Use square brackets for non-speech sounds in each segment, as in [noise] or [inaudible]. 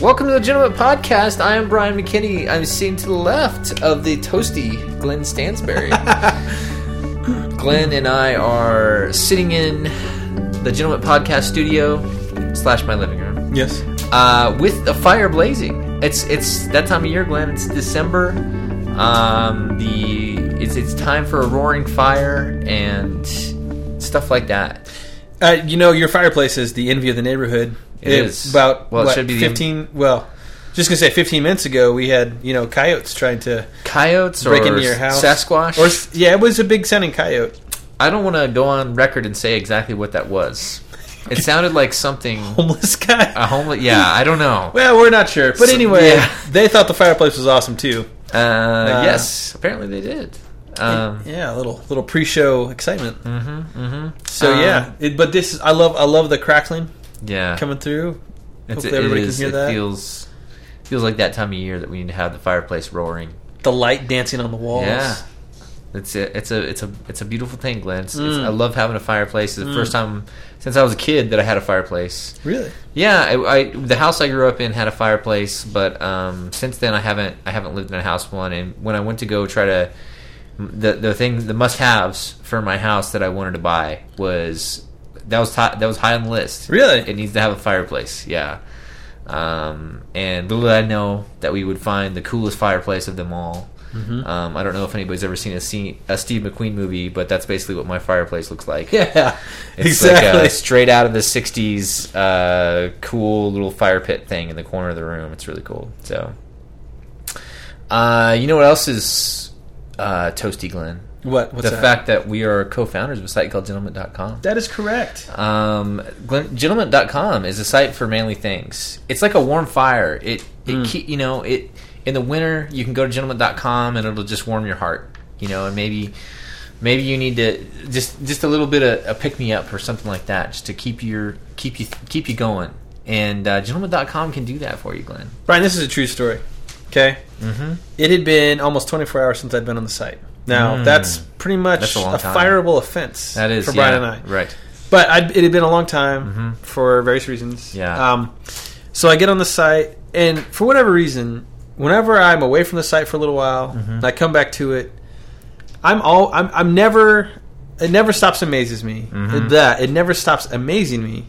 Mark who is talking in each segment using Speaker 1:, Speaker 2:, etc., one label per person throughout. Speaker 1: Welcome to the Gentleman Podcast. I am Brian McKinney. I'm sitting to the left of the toasty Glenn
Speaker 2: [laughs]
Speaker 1: Stansberry. Glenn and I are sitting in the Gentleman Podcast studio slash my living room
Speaker 2: Yes.
Speaker 1: uh, with the fire blazing. It's it's that time of year, Glenn. It's December. Um, the it's it's time for a roaring fire and stuff like that.
Speaker 2: Uh, you know, your fireplace is the envy of the neighborhood.
Speaker 1: It
Speaker 2: It's
Speaker 1: is.
Speaker 2: About
Speaker 1: Well, it
Speaker 2: what,
Speaker 1: should be the-
Speaker 2: 15. well, just going to say 15 minutes ago, we had, you know, coyotes trying to
Speaker 1: Coyotes
Speaker 2: break
Speaker 1: or
Speaker 2: into your house.
Speaker 1: Sasquatch
Speaker 2: Or, s- yeah, it was a big sounding coyote. [laughs]
Speaker 1: I don't want to go on record and say exactly what that was. It sounded like something
Speaker 2: Homeless guy.
Speaker 1: a homeless. Yeah, I don't know.
Speaker 2: well, we're not sure. But
Speaker 1: So-
Speaker 2: anyway,
Speaker 1: yeah.
Speaker 2: they thought the fireplace was awesome, too.
Speaker 1: Uh, yes, apparently they did. Um,
Speaker 2: Yeah, a little little pre-show excitement. Mm-hmm, mm-hmm. So
Speaker 1: Um,
Speaker 2: yeah, it, but this is, I love I love the crackling
Speaker 1: yeah,
Speaker 2: coming through.
Speaker 1: It's-
Speaker 2: Hopefully everybody
Speaker 1: it is-
Speaker 2: can hear
Speaker 1: it
Speaker 2: that.
Speaker 1: feels feels like that time of year that we need to have the fireplace roaring.
Speaker 2: the light dancing on the walls.
Speaker 1: Yeah, it's a it's a it's a it's a beautiful thing, Glenn. It's, it's-
Speaker 2: Mm.
Speaker 1: I love having a fireplace. It's the first time since I was a kid that I had a fireplace.
Speaker 2: Really?
Speaker 1: Yeah, I, I the house I grew up in had a fireplace, but um, since then I haven't I haven't lived in a house with one. And when I went to go try to the the thing the must haves for my house that I wanted to buy was that was top, that was high on the list.
Speaker 2: Really?
Speaker 1: it needs to have a fireplace. Yeah. Um, and little did I know that we would find the coolest fireplace of them all.
Speaker 2: Mm-hmm.
Speaker 1: Um, I don't know if anybody's ever seen a, scene, a Steve McQueen movie, but that's basically what my fireplace looks like.
Speaker 2: [laughs] Yeah.
Speaker 1: It's
Speaker 2: exactly.
Speaker 1: like a straight out of the '60s, uh, cool little fire pit thing in the corner of the room. It's really cool. So, uh, you know what else is uh, toasty, Glenn?
Speaker 2: what? What's
Speaker 1: the
Speaker 2: that?
Speaker 1: fact that we are co-founders of a site called Gentleman.com.
Speaker 2: That is correct.
Speaker 1: Um, Glenn, Gentleman.com is a site for manly things. It's like a warm fire. It, it
Speaker 2: Hmm.
Speaker 1: keep, you know, it in the winter you can go to Gentleman.com and it'll just warm your heart. You know, and maybe maybe you need to just just a little bit of a pick me up or something like that, just to keep your keep you keep you going. And uh, Gentleman.com can do that for you, Glenn.
Speaker 2: Brian, this is a true story. Okay, mm-hmm. it had been almost 24 hours since I'd been on the site. Now
Speaker 1: Mm.
Speaker 2: that's pretty much
Speaker 1: That's a
Speaker 2: a,
Speaker 1: long time.
Speaker 2: fireable offense.
Speaker 1: That is
Speaker 2: for Brian
Speaker 1: yeah,
Speaker 2: and I,
Speaker 1: right?
Speaker 2: but I'd, it had been a long time for various reasons.
Speaker 1: Mm-hmm. Yeah.
Speaker 2: Um, so I get on the site, and for whatever reason, whenever I'm away from the site for a little while,
Speaker 1: Mm-hmm.
Speaker 2: and I come back to it, I'm all I'm, I'm never. It never stops amazes me
Speaker 1: Mm-hmm.
Speaker 2: that it never stops amazing me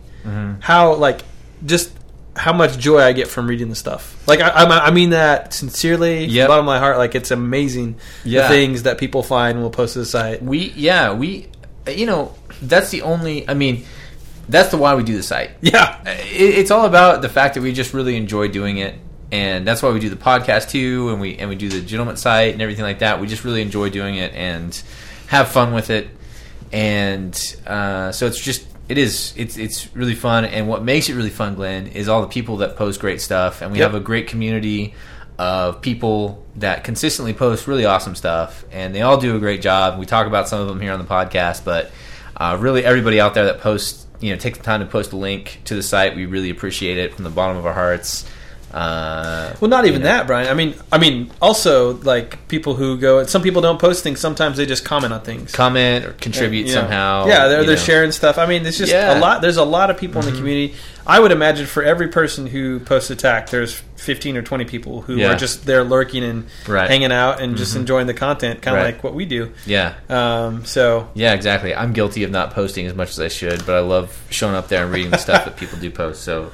Speaker 2: how like just how much joy I get from reading the stuff. Like I, I'm- I mean that sincerely, from
Speaker 1: Yep.
Speaker 2: the bottom of my heart. Like it's amazing
Speaker 1: Yeah.
Speaker 2: the things that people find will post to the site.
Speaker 1: We yeah we you know that's the only I mean that's the why we do the site.
Speaker 2: Yeah,
Speaker 1: it, it's all about the fact that we just really enjoy doing it and that's why we do the podcast too and we and we do the gentleman site and everything like that we just really enjoy doing it and have fun with it and uh, so it's just it is it's it's really fun and what makes it really fun glenn is all the people that post great stuff and we
Speaker 2: Yep.
Speaker 1: have a great community of people that consistently post really awesome stuff and they all do a great job we talk about some of them here on the podcast but uh, really everybody out there that posts you know take the time to post a link to the site we really appreciate it from the bottom of our hearts uh,
Speaker 2: Well, not even
Speaker 1: you know.
Speaker 2: that, Brian. I mean, I mean, also like people who go. Some people don't post things. Sometimes they just comment on things.
Speaker 1: comment or contribute
Speaker 2: Yeah.
Speaker 1: somehow
Speaker 2: Yeah, they're
Speaker 1: you
Speaker 2: they're
Speaker 1: know.
Speaker 2: sharing stuff. I mean, it's just
Speaker 1: Yeah. Mm-hmm.
Speaker 2: a lot. There's a lot of people in the community. I would imagine for every person who posts attack, there's 15 or 20 people who
Speaker 1: Yeah.
Speaker 2: are just there lurking and
Speaker 1: Right. Mm-hmm.
Speaker 2: hanging out and just enjoying the content, kind of
Speaker 1: Right.
Speaker 2: like what we do.
Speaker 1: yeah
Speaker 2: Um, so
Speaker 1: Yeah, exactly. I'm guilty of not posting as much as I should, but I love showing up there and reading the stuff that people do post. So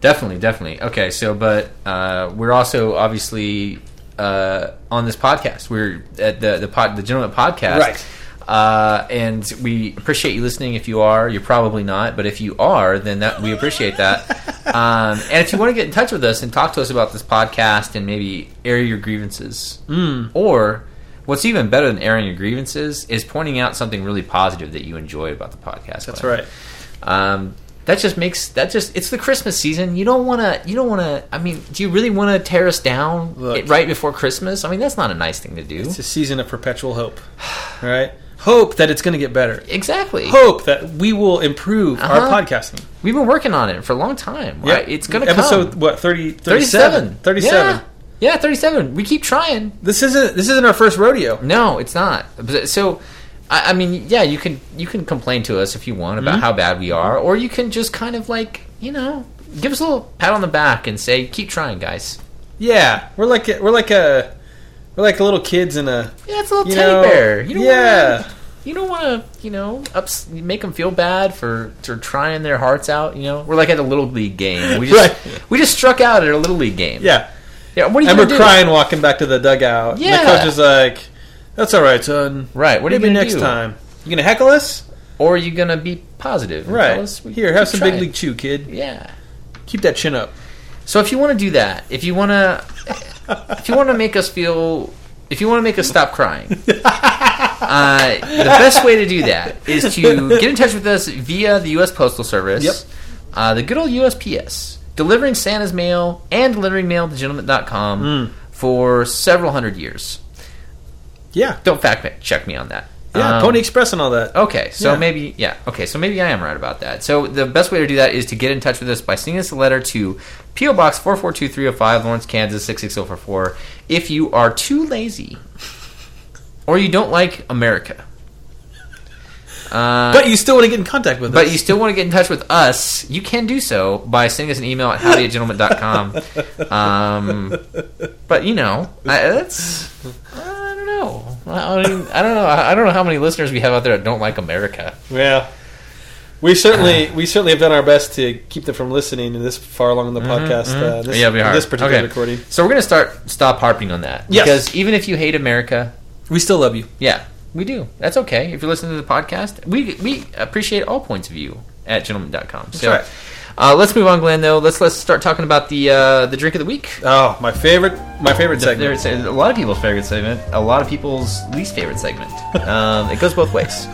Speaker 1: definitely, definitely. Okay, so but uh, we're also obviously uh, on this podcast. We're at the the pod, the gentleman podcast,
Speaker 2: Right.
Speaker 1: Uh, and we appreciate you listening. If you are, you're probably not, but if you are, then that we appreciate that. um, and if you want to get in touch with us and talk to us about this podcast and maybe air your grievances,
Speaker 2: Hmm.
Speaker 1: mm. or what's even better than airing your grievances is pointing out something really positive that you enjoy about the podcast.
Speaker 2: that's
Speaker 1: Glenn.
Speaker 2: right.
Speaker 1: Um, that just makes that just it's the Christmas season. You don't want to you don't want to. I mean, do you really want to tear us down
Speaker 2: Look.
Speaker 1: it- right before Christmas? I mean, that's not a nice thing to do.
Speaker 2: It's a season of
Speaker 1: [sighs]
Speaker 2: perpetual hope. All right? Hope that it's going to get better.
Speaker 1: exactly.
Speaker 2: Hope that we will improve
Speaker 1: Uh-huh.
Speaker 2: our podcasting.
Speaker 1: We've been working on it for a long time. Right? It's gonna
Speaker 2: episode
Speaker 1: come.
Speaker 2: what 30, 37.
Speaker 1: 37.
Speaker 2: 37.
Speaker 1: Yeah. yeah, 37. We keep trying.
Speaker 2: This isn't this isn't our first rodeo.
Speaker 1: No, it's not. So, I, I mean, yeah, you can you can complain to us if you want
Speaker 2: Mm-hmm.
Speaker 1: about how bad we are, or you can just kind of like you know give us a little pat on the back and say keep trying, guys.
Speaker 2: Yeah, we're like a, we're like a we're like little kids in a
Speaker 1: Yeah, it's a little
Speaker 2: You
Speaker 1: teddy
Speaker 2: know,
Speaker 1: bear. You don't
Speaker 2: yeah.
Speaker 1: Wanna, you don't want to, you know, ups, make them feel bad for, for trying their hearts out. You know, we're like at a little league game. We just
Speaker 2: Right.
Speaker 1: we just struck out at a little league game.
Speaker 2: yeah.
Speaker 1: yeah what are you
Speaker 2: And we're
Speaker 1: gonna do?
Speaker 2: crying walking back to the dugout. And
Speaker 1: Yeah.
Speaker 2: the coach is like, "That's all right, son.
Speaker 1: Right, what are you
Speaker 2: Maybe
Speaker 1: gonna
Speaker 2: next
Speaker 1: do?
Speaker 2: time? You gonna heckle us?
Speaker 1: Or are you gonna be positive? and
Speaker 2: Right
Speaker 1: tell us we
Speaker 2: here,
Speaker 1: keep
Speaker 2: have some big
Speaker 1: trying?
Speaker 2: league chew, kid.
Speaker 1: Yeah.
Speaker 2: Keep that chin up.
Speaker 1: So if you want to do that, if you want to, if you want to make us feel, if you want to make us stop crying, uh, the best way to do that is to get in touch with us via the U.S. Postal Service,
Speaker 2: Yep.
Speaker 1: uh, the good old USPS, delivering Santa's mail and delivering mail to gentleman.com
Speaker 2: Hmm.
Speaker 1: for several hundred years.
Speaker 2: Yeah,
Speaker 1: Don't fact me- check me on that.
Speaker 2: yeah.
Speaker 1: Um,
Speaker 2: Pony Express and all that.
Speaker 1: Okay, so
Speaker 2: Yeah.
Speaker 1: maybe yeah. Okay, so maybe I am right about that. So the best way to do that is to get in touch with us by sending us a letter to PO Box four four two three zero five Lawrence Kansas six six zero four four. If you are too
Speaker 2: [laughs]
Speaker 1: lazy, or you don't like America, Uh,
Speaker 2: but you still want to get in contact with us.
Speaker 1: but you still want to get in touch with us, you can do so by sending us an email at
Speaker 2: [laughs]
Speaker 1: howdyatgentleman.com. Um, but you know, I, that's I don't know. I, I mean, I don't know. I I don't know how many listeners we have out there that don't like America.
Speaker 2: Yeah. We certainly
Speaker 1: Uh-huh.
Speaker 2: we certainly have done our best to keep them from listening to this far along in the podcast. Uh, this,
Speaker 1: Mm-hmm, yeah, we are.
Speaker 2: this particular
Speaker 1: Okay.
Speaker 2: recording.
Speaker 1: So we're gonna start stop harping on that
Speaker 2: Yes.
Speaker 1: because even if you hate America,
Speaker 2: We still love you.
Speaker 1: yeah, we do. That's okay. If you're listening to the podcast, we we appreciate all points of view at gentleman.com. So
Speaker 2: right.
Speaker 1: uh, let's move on, Glenn. Though let's let's start talking about the uh, the drink of the week.
Speaker 2: Oh, my favorite my favorite segment.
Speaker 1: There's a lot of people's favorite segment, a lot of people's least favorite segment. Um, it goes both ways.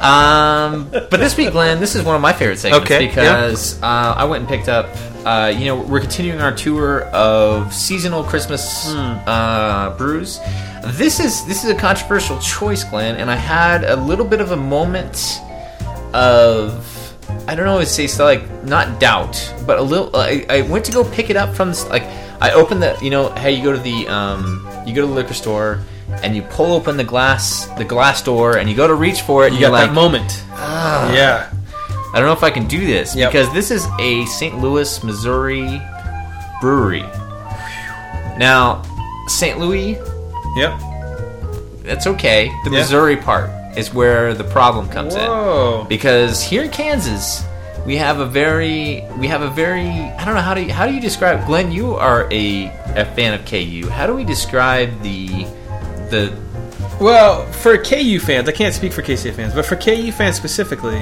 Speaker 1: Um, but this week, Glenn, this is one of my favorite segments
Speaker 2: Okay, yeah.
Speaker 1: because uh, I went and picked up. Uh, you know, we're continuing our tour of seasonal Christmas
Speaker 2: Hmm.
Speaker 1: uh, brews. This is this is a controversial choice, Glenn, and I had a little bit of a moment of I don't know if it's like not doubt, but a little. I, I went to go pick it up from the s- like I opened the you know how you go to the um you go to the liquor store and you pull open the glass the glass door and you go to reach for it and
Speaker 2: you
Speaker 1: you are like
Speaker 2: got
Speaker 1: Ah.
Speaker 2: that moment. yeah.
Speaker 1: I don't know if I can do this
Speaker 2: Yep.
Speaker 1: because this is a St. Louis, Missouri brewery. Now St. Louis
Speaker 2: Yep.
Speaker 1: that's okay. The
Speaker 2: Yeah.
Speaker 1: Missouri part is where the problem comes
Speaker 2: Whoa.
Speaker 1: in. Because here in Kansas, we have a very we have a very I don't know how do you, how do you describe Glenn, you are a, a fan of KU. How do we describe the the
Speaker 2: Well, for KU fans, I can't speak for KCA fans, but for KU fans specifically,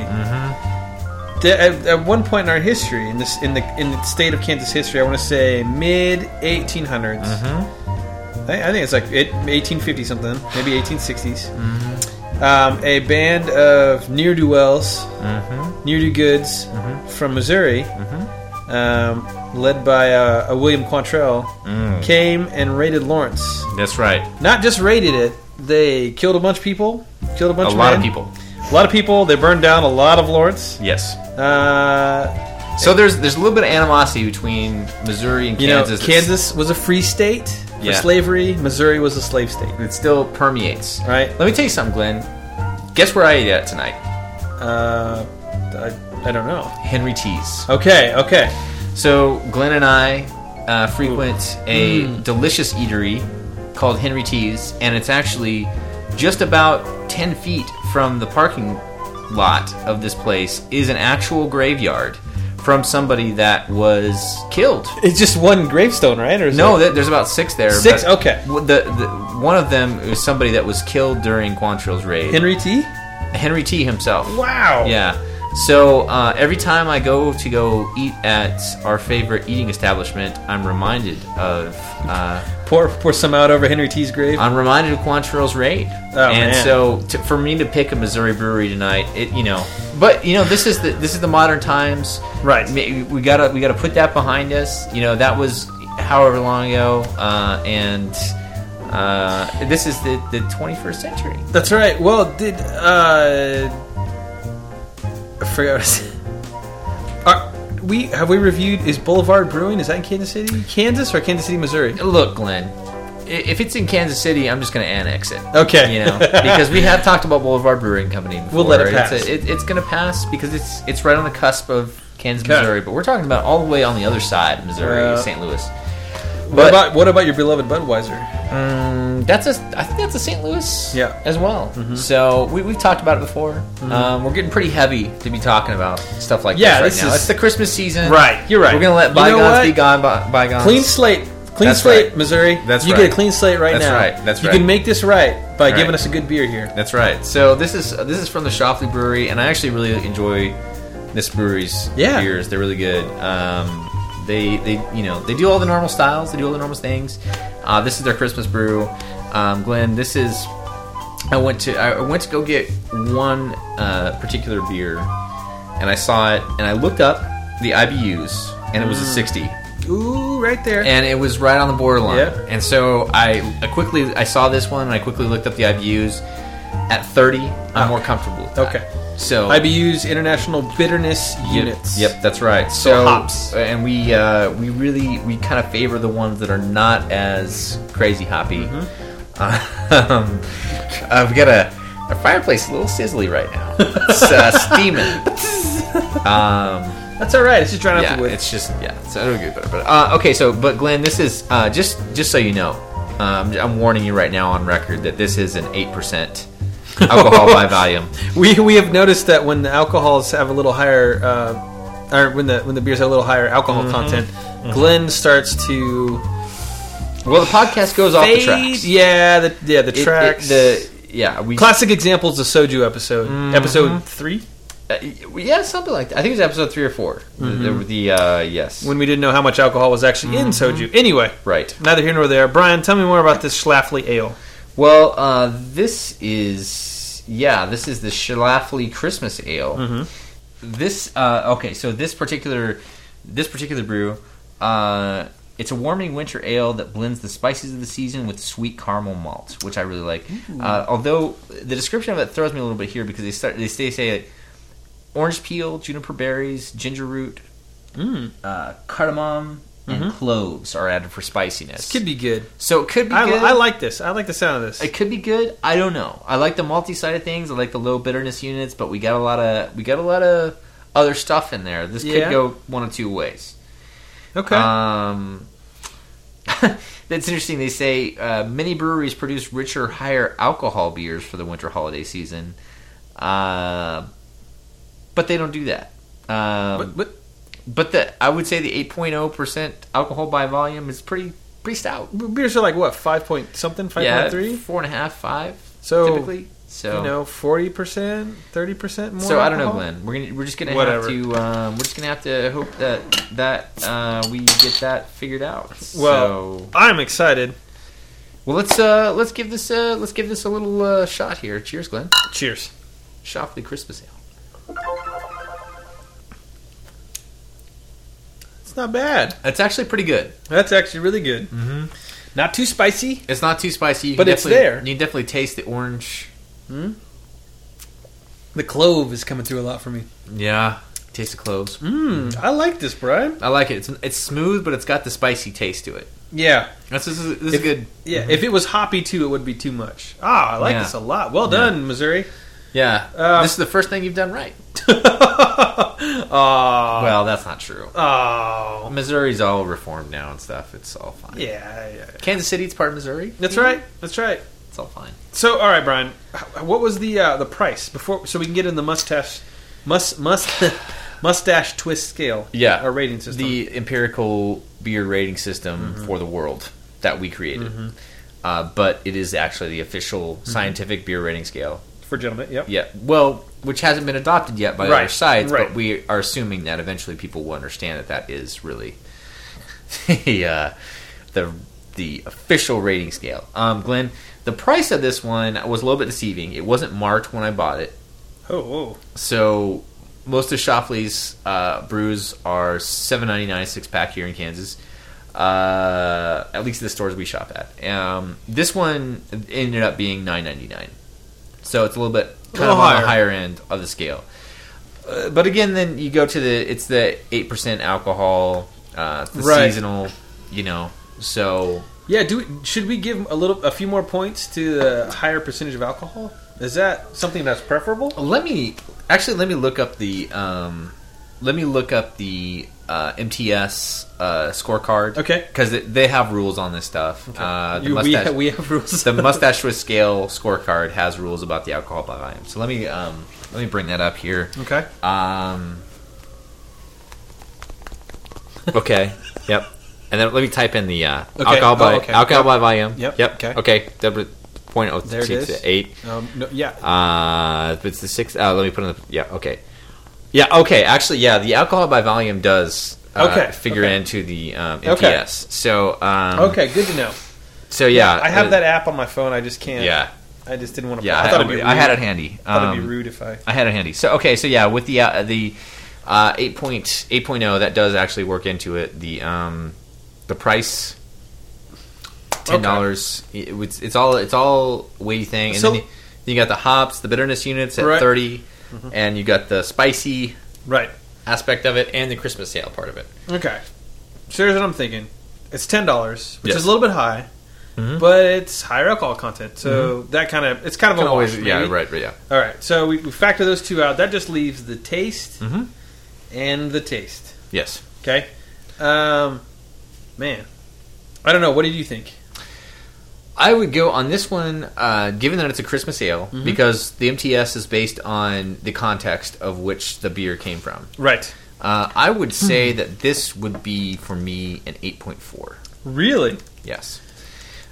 Speaker 2: the- at, at one point in our history, in this in the in the state of Kansas history, I want to say mid 1800s. I, I think it's like it, 1850 something, maybe 1860s. Um, a band of near do wells, near do goods from Missouri, um, led by uh, a William Quantrell, came and raided Lawrence
Speaker 1: That's right.
Speaker 2: not just raided it, they killed a bunch of people, killed a bunch
Speaker 1: a
Speaker 2: of
Speaker 1: lot of
Speaker 2: men,
Speaker 1: people.
Speaker 2: a lot of people. They burned down a lot of Lawrence.
Speaker 1: Yes.
Speaker 2: Uh,
Speaker 1: So there's there's a little bit of animosity between Missouri and
Speaker 2: you
Speaker 1: Kansas.
Speaker 2: know,
Speaker 1: that's-
Speaker 2: Kansas was a free state for
Speaker 1: Yeah.
Speaker 2: slavery. Missouri was a slave state.
Speaker 1: that still permeates.
Speaker 2: Right.
Speaker 1: Let me tell you something, Glenn. Guess where I ate at tonight?
Speaker 2: Uh, I, I don't know.
Speaker 1: Henry T's.
Speaker 2: Okay, okay.
Speaker 1: So Glenn and I uh, frequent a
Speaker 2: Mm.
Speaker 1: delicious eatery called Henry T's, and it's actually just about ten feet from the parking lot of this place is an actual graveyard from somebody that was killed.
Speaker 2: It's just one gravestone, right? Or is
Speaker 1: No,
Speaker 2: it-
Speaker 1: th- there's about six there.
Speaker 2: Six?
Speaker 1: but
Speaker 2: Okay.
Speaker 1: w- The, the one of them is somebody that was killed during Quantrill's raid.
Speaker 2: Henry T.
Speaker 1: Henry T himself.
Speaker 2: Wow.
Speaker 1: Yeah. So uh, every time I go to go eat at our favorite eating establishment, I'm reminded of uh,
Speaker 2: pour pour some out over Henry T's grave.
Speaker 1: I'm reminded of Quantrill's raid,
Speaker 2: Oh,
Speaker 1: and
Speaker 2: man.
Speaker 1: so to, for me to pick a Missouri brewery tonight, it you know, but you know this is the this is the modern times,
Speaker 2: Right.
Speaker 1: Ma- We gotta we gotta put that behind us. You know that was however long ago, uh, and uh, this is the the 21st century.
Speaker 2: That's right. Well, did uh, I forgot. What I said. Are, we have we reviewed is Boulevard Brewing? Is that in Kansas City, Kansas, or Kansas City, Missouri?
Speaker 1: Look, Glenn, i- if it's in Kansas City, I'm just gonna annex it.
Speaker 2: Okay.
Speaker 1: you know because we have talked about Boulevard Brewing Company. Before.
Speaker 2: We'll let it pass.
Speaker 1: It's, a- it, it's gonna pass because it's it's right on the cusp of Kansas,
Speaker 2: Okay.
Speaker 1: Missouri, but we're talking about all the way on the other side, Missouri,
Speaker 2: Yeah.
Speaker 1: St. Louis.
Speaker 2: what
Speaker 1: But
Speaker 2: about what about your beloved Budweiser?
Speaker 1: um, that's a I think that's a St. Louis
Speaker 2: Yeah. Mm-hmm.
Speaker 1: as well. So we we've talked about it before. Um, we're getting pretty heavy to be talking about stuff like
Speaker 2: Yeah,
Speaker 1: this right
Speaker 2: this
Speaker 1: now.
Speaker 2: is-
Speaker 1: it's the Christmas season,
Speaker 2: Right, you're right.
Speaker 1: We're gonna let
Speaker 2: You know
Speaker 1: bygones
Speaker 2: what?
Speaker 1: be gone, by, bygones.
Speaker 2: Clean slate, clean
Speaker 1: That's
Speaker 2: slate,
Speaker 1: right.
Speaker 2: Missouri.
Speaker 1: That's
Speaker 2: you
Speaker 1: right.
Speaker 2: get a clean slate right
Speaker 1: That's
Speaker 2: now.
Speaker 1: right. That's
Speaker 2: you
Speaker 1: right.
Speaker 2: can make this right by
Speaker 1: Right.
Speaker 2: giving us a good beer here.
Speaker 1: That's right. So this is this is from the Shoffley Brewery, and I actually really enjoy this brewery's
Speaker 2: Yeah.
Speaker 1: beers. They're really good. Um, they they you know they do all the normal styles. They do all the normal things. Uh, this is their Christmas brew. Um, Glenn, this is. I went to I went to go get one uh, particular beer, and I saw it, and I looked up the IBUs, and it was a sixty
Speaker 2: Ooh, right there.
Speaker 1: and it was right on the borderline.
Speaker 2: Yep.
Speaker 1: And so I, I quickly I saw this one and I quickly looked up the IBUs. At 30, I'm more comfortable. With that.
Speaker 2: Okay.
Speaker 1: So
Speaker 2: IBU's International Bitterness
Speaker 1: Yep,
Speaker 2: Units.
Speaker 1: Yep, that's right. So
Speaker 2: hops.
Speaker 1: and we uh, we really we kind of favor the ones that are not as crazy hoppy. [laughs]
Speaker 2: Mm-hmm.
Speaker 1: Um, I've got a, a fireplace a little sizzly right now. It's
Speaker 2: [laughs]
Speaker 1: uh, steaming. um,
Speaker 2: That's all right. It's just drying out
Speaker 1: yeah,
Speaker 2: the wood.
Speaker 1: it's just yeah. So it'll get better. But uh, okay, so but Glenn, this is uh, just just so you know, um, I'm warning you right now on record that this is an eight percent
Speaker 2: [laughs]
Speaker 1: alcohol by volume.
Speaker 2: We we have noticed that when the alcohols have a little higher, uh, or when the when the beers have a little higher alcohol content, Glenn starts to
Speaker 1: Well, the podcast goes off the tracks.
Speaker 2: Yeah, the yeah the
Speaker 1: It- it-
Speaker 2: tracks.
Speaker 1: the yeah we
Speaker 2: classic example is the soju episode, episode Mm-hmm. three,
Speaker 1: uh, yeah something like that. I think it's episode three or 4 The, the, the, uh, yes
Speaker 2: Mm-hmm. when we didn't know how much alcohol was actually in soju. Anyway,
Speaker 1: right.
Speaker 2: neither here nor there. Brian, tell me more about this Schlafly ale.
Speaker 1: Well, uh, this is yeah, this is the Schlafly Christmas Ale.
Speaker 2: Mm-hmm.
Speaker 1: This uh, okay, so this particular this particular brew, uh, it's a warming winter ale that blends the spices of the season with sweet caramel malt, which I really like. Uh, although the description of it throws me a little bit here because they start they, they say like, orange peel, juniper berries, ginger root,
Speaker 2: Mm.
Speaker 1: uh, cardamom. And cloves are added for spiciness.
Speaker 2: Mm-hmm. This could be good.
Speaker 1: so it could be.
Speaker 2: I,
Speaker 1: good.
Speaker 2: I like this. I like the sound of this.
Speaker 1: It could be good. I don't know. I like the multi side of things. I like the low bitterness units, but we got a lot of we got a lot of other stuff in there. This
Speaker 2: Yeah.
Speaker 1: could go one of two ways.
Speaker 2: Okay.
Speaker 1: Um, [laughs] that's interesting. They say uh, many breweries produce richer, higher alcohol beers for the winter holiday season, uh, but they don't do that. Um,
Speaker 2: What- what-
Speaker 1: but the I would say the 8.0% alcohol by volume is pretty pretty stout.
Speaker 2: beers are like what five point something, five
Speaker 1: yeah,
Speaker 2: point three.
Speaker 1: four and a half, five.
Speaker 2: So,
Speaker 1: typically, so
Speaker 2: you know, forty percent, thirty percent more.
Speaker 1: So I don't know,
Speaker 2: alcohol?
Speaker 1: Glenn. We're gonna, we're just gonna have
Speaker 2: Whatever.
Speaker 1: to um, we're just gonna have to hope that that uh, we get that figured out.
Speaker 2: Well,
Speaker 1: so,
Speaker 2: I'm excited.
Speaker 1: well, let's uh, let's give this uh, let's give this a little uh, shot here. Cheers, Glenn.
Speaker 2: Cheers.
Speaker 1: Shoffley Christmas Ale.
Speaker 2: It's not bad.
Speaker 1: It's actually pretty good.
Speaker 2: That's actually really good. Mm-hmm. Not too spicy.
Speaker 1: It's not too spicy, you
Speaker 2: But
Speaker 1: can
Speaker 2: it's
Speaker 1: definitely-
Speaker 2: there.
Speaker 1: You can definitely taste the orange.
Speaker 2: The clove is coming through a lot for me.
Speaker 1: Yeah, taste the cloves.
Speaker 2: Mm, I like this, Brian.
Speaker 1: I like it. It's it's smooth, but it's got the spicy taste to it.
Speaker 2: Yeah,
Speaker 1: That's this is, this is
Speaker 2: If-
Speaker 1: good.
Speaker 2: yeah. If it was hoppy too, it would be too much. Ah, I like
Speaker 1: Yeah.
Speaker 2: this a lot. Well done, [laughs] Missouri.
Speaker 1: Yeah, Uh,
Speaker 2: Um,
Speaker 1: this is the first thing you've done right.
Speaker 2: Oh. Aw.
Speaker 1: well, that's not true.
Speaker 2: Aw.
Speaker 1: Missouri's all reformed now and stuff. It's all fine.
Speaker 2: Oh. Yeah, yeah.
Speaker 1: Kansas City, it's part of Missouri.
Speaker 2: That's right. That's right.
Speaker 1: It's all fine.
Speaker 2: So, all right, Brian. h- What was the uh, the price before? So we can get in the mustache, must must [laughs] mustache twist scale.
Speaker 1: Yeah.
Speaker 2: our rating system. Mm-hmm.
Speaker 1: The empirical beer rating system for the world that we created. Uh, but it is actually the official
Speaker 2: Mm-hmm.
Speaker 1: scientific beer rating scale.
Speaker 2: for gentlemen. Yep.
Speaker 1: Yeah. Well, which hasn't been adopted yet by the other
Speaker 2: Right,
Speaker 1: sites,
Speaker 2: right.
Speaker 1: but we are assuming that [laughs] eventually people will understand that that is really the, uh, the, the official rating scale. Um, Glenn, the price of this one was a little bit deceiving. It wasn't marked when I bought it,
Speaker 2: Oh, whoa.
Speaker 1: so most of Shopley's uh, brews are seven ninety nine six pack here in Kansas. Uh, at least the stores we shop at. Um, this one ended up being nine ninety nine, so it's a little bit kind
Speaker 2: little
Speaker 1: of on
Speaker 2: higher.
Speaker 1: the higher end of the scale. Uh, but again, then you go to the it's the eight percent alcohol, uh, it's the
Speaker 2: Right.
Speaker 1: seasonal, you know. So
Speaker 2: Yeah, do we, should we give a little, a few more points to the higher percentage of alcohol? Is that something that's preferable?
Speaker 1: let me actually let me look up the um, let me look up the uh, MTS uh, scorecard.
Speaker 2: Okay.
Speaker 1: because they have rules on this stuff. Uh, the
Speaker 2: You- we,
Speaker 1: mustache,
Speaker 2: have, we have
Speaker 1: [laughs]
Speaker 2: rules.
Speaker 1: the mustache with scale scorecard has rules about the alcohol by volume. So let me um, let me bring that up here.
Speaker 2: okay.
Speaker 1: Um, okay. [laughs] yep. And then let me type in the uh,
Speaker 2: Okay.
Speaker 1: alcohol by
Speaker 2: Oh, okay.
Speaker 1: alcohol by volume.
Speaker 2: Yep. Okay.
Speaker 1: Okay. Double point oh
Speaker 2: There it
Speaker 1: six
Speaker 2: is.
Speaker 1: eight.
Speaker 2: Um, no, yeah.
Speaker 1: Uh, if it's the sixth. Uh, let me put in the. Yeah, okay. Yeah, okay. Actually, yeah, the alcohol by volume does uh,
Speaker 2: Okay,
Speaker 1: figure
Speaker 2: okay.
Speaker 1: into the um,
Speaker 2: Okay.
Speaker 1: MTS. So um,
Speaker 2: okay, good to know.
Speaker 1: So yeah,
Speaker 2: I have
Speaker 1: uh,
Speaker 2: that app on my phone. I just can't.
Speaker 1: Yeah,
Speaker 2: I just didn't want to.
Speaker 1: yeah.
Speaker 2: I thought it'd be.
Speaker 1: I
Speaker 2: rude.
Speaker 1: had it handy.
Speaker 2: I thought it'd
Speaker 1: Um,
Speaker 2: be rude if I.
Speaker 1: I had it handy. So okay, so yeah, with the uh, the uh, 8.0, 8.0, oh, that does actually work into it. The um, the price. Ten dollars. It, it's, it's all it's all weighty thing, and
Speaker 2: So-
Speaker 1: then you, you got the hops, the bitterness units at
Speaker 2: Right. Mm-hmm.
Speaker 1: 30 and you got the spicy
Speaker 2: Right.
Speaker 1: aspect of it and the Christmas sale part of it.
Speaker 2: Okay. So here's what I'm thinking. It's ten dollars, which
Speaker 1: Yes.
Speaker 2: is a little bit high,
Speaker 1: Mhm.
Speaker 2: but it's higher alcohol content. So that kind of it's kind of a wash.
Speaker 1: Mm-hmm. yeah,
Speaker 2: maybe.
Speaker 1: right, right, yeah.
Speaker 2: All right. So we, we factor those two out. That just leaves the taste
Speaker 1: Mhm.
Speaker 2: and the taste.
Speaker 1: Yes.
Speaker 2: Okay. Um, man, I don't know. What did you think?
Speaker 1: I would go on this one, uh, given that it's a Christmas ale,
Speaker 2: Mm-hmm.
Speaker 1: because the MTS is based on the context of which the beer came from.
Speaker 2: Right.
Speaker 1: Uh, I would say that this would be for me an eight point four.
Speaker 2: Really?
Speaker 1: Yes,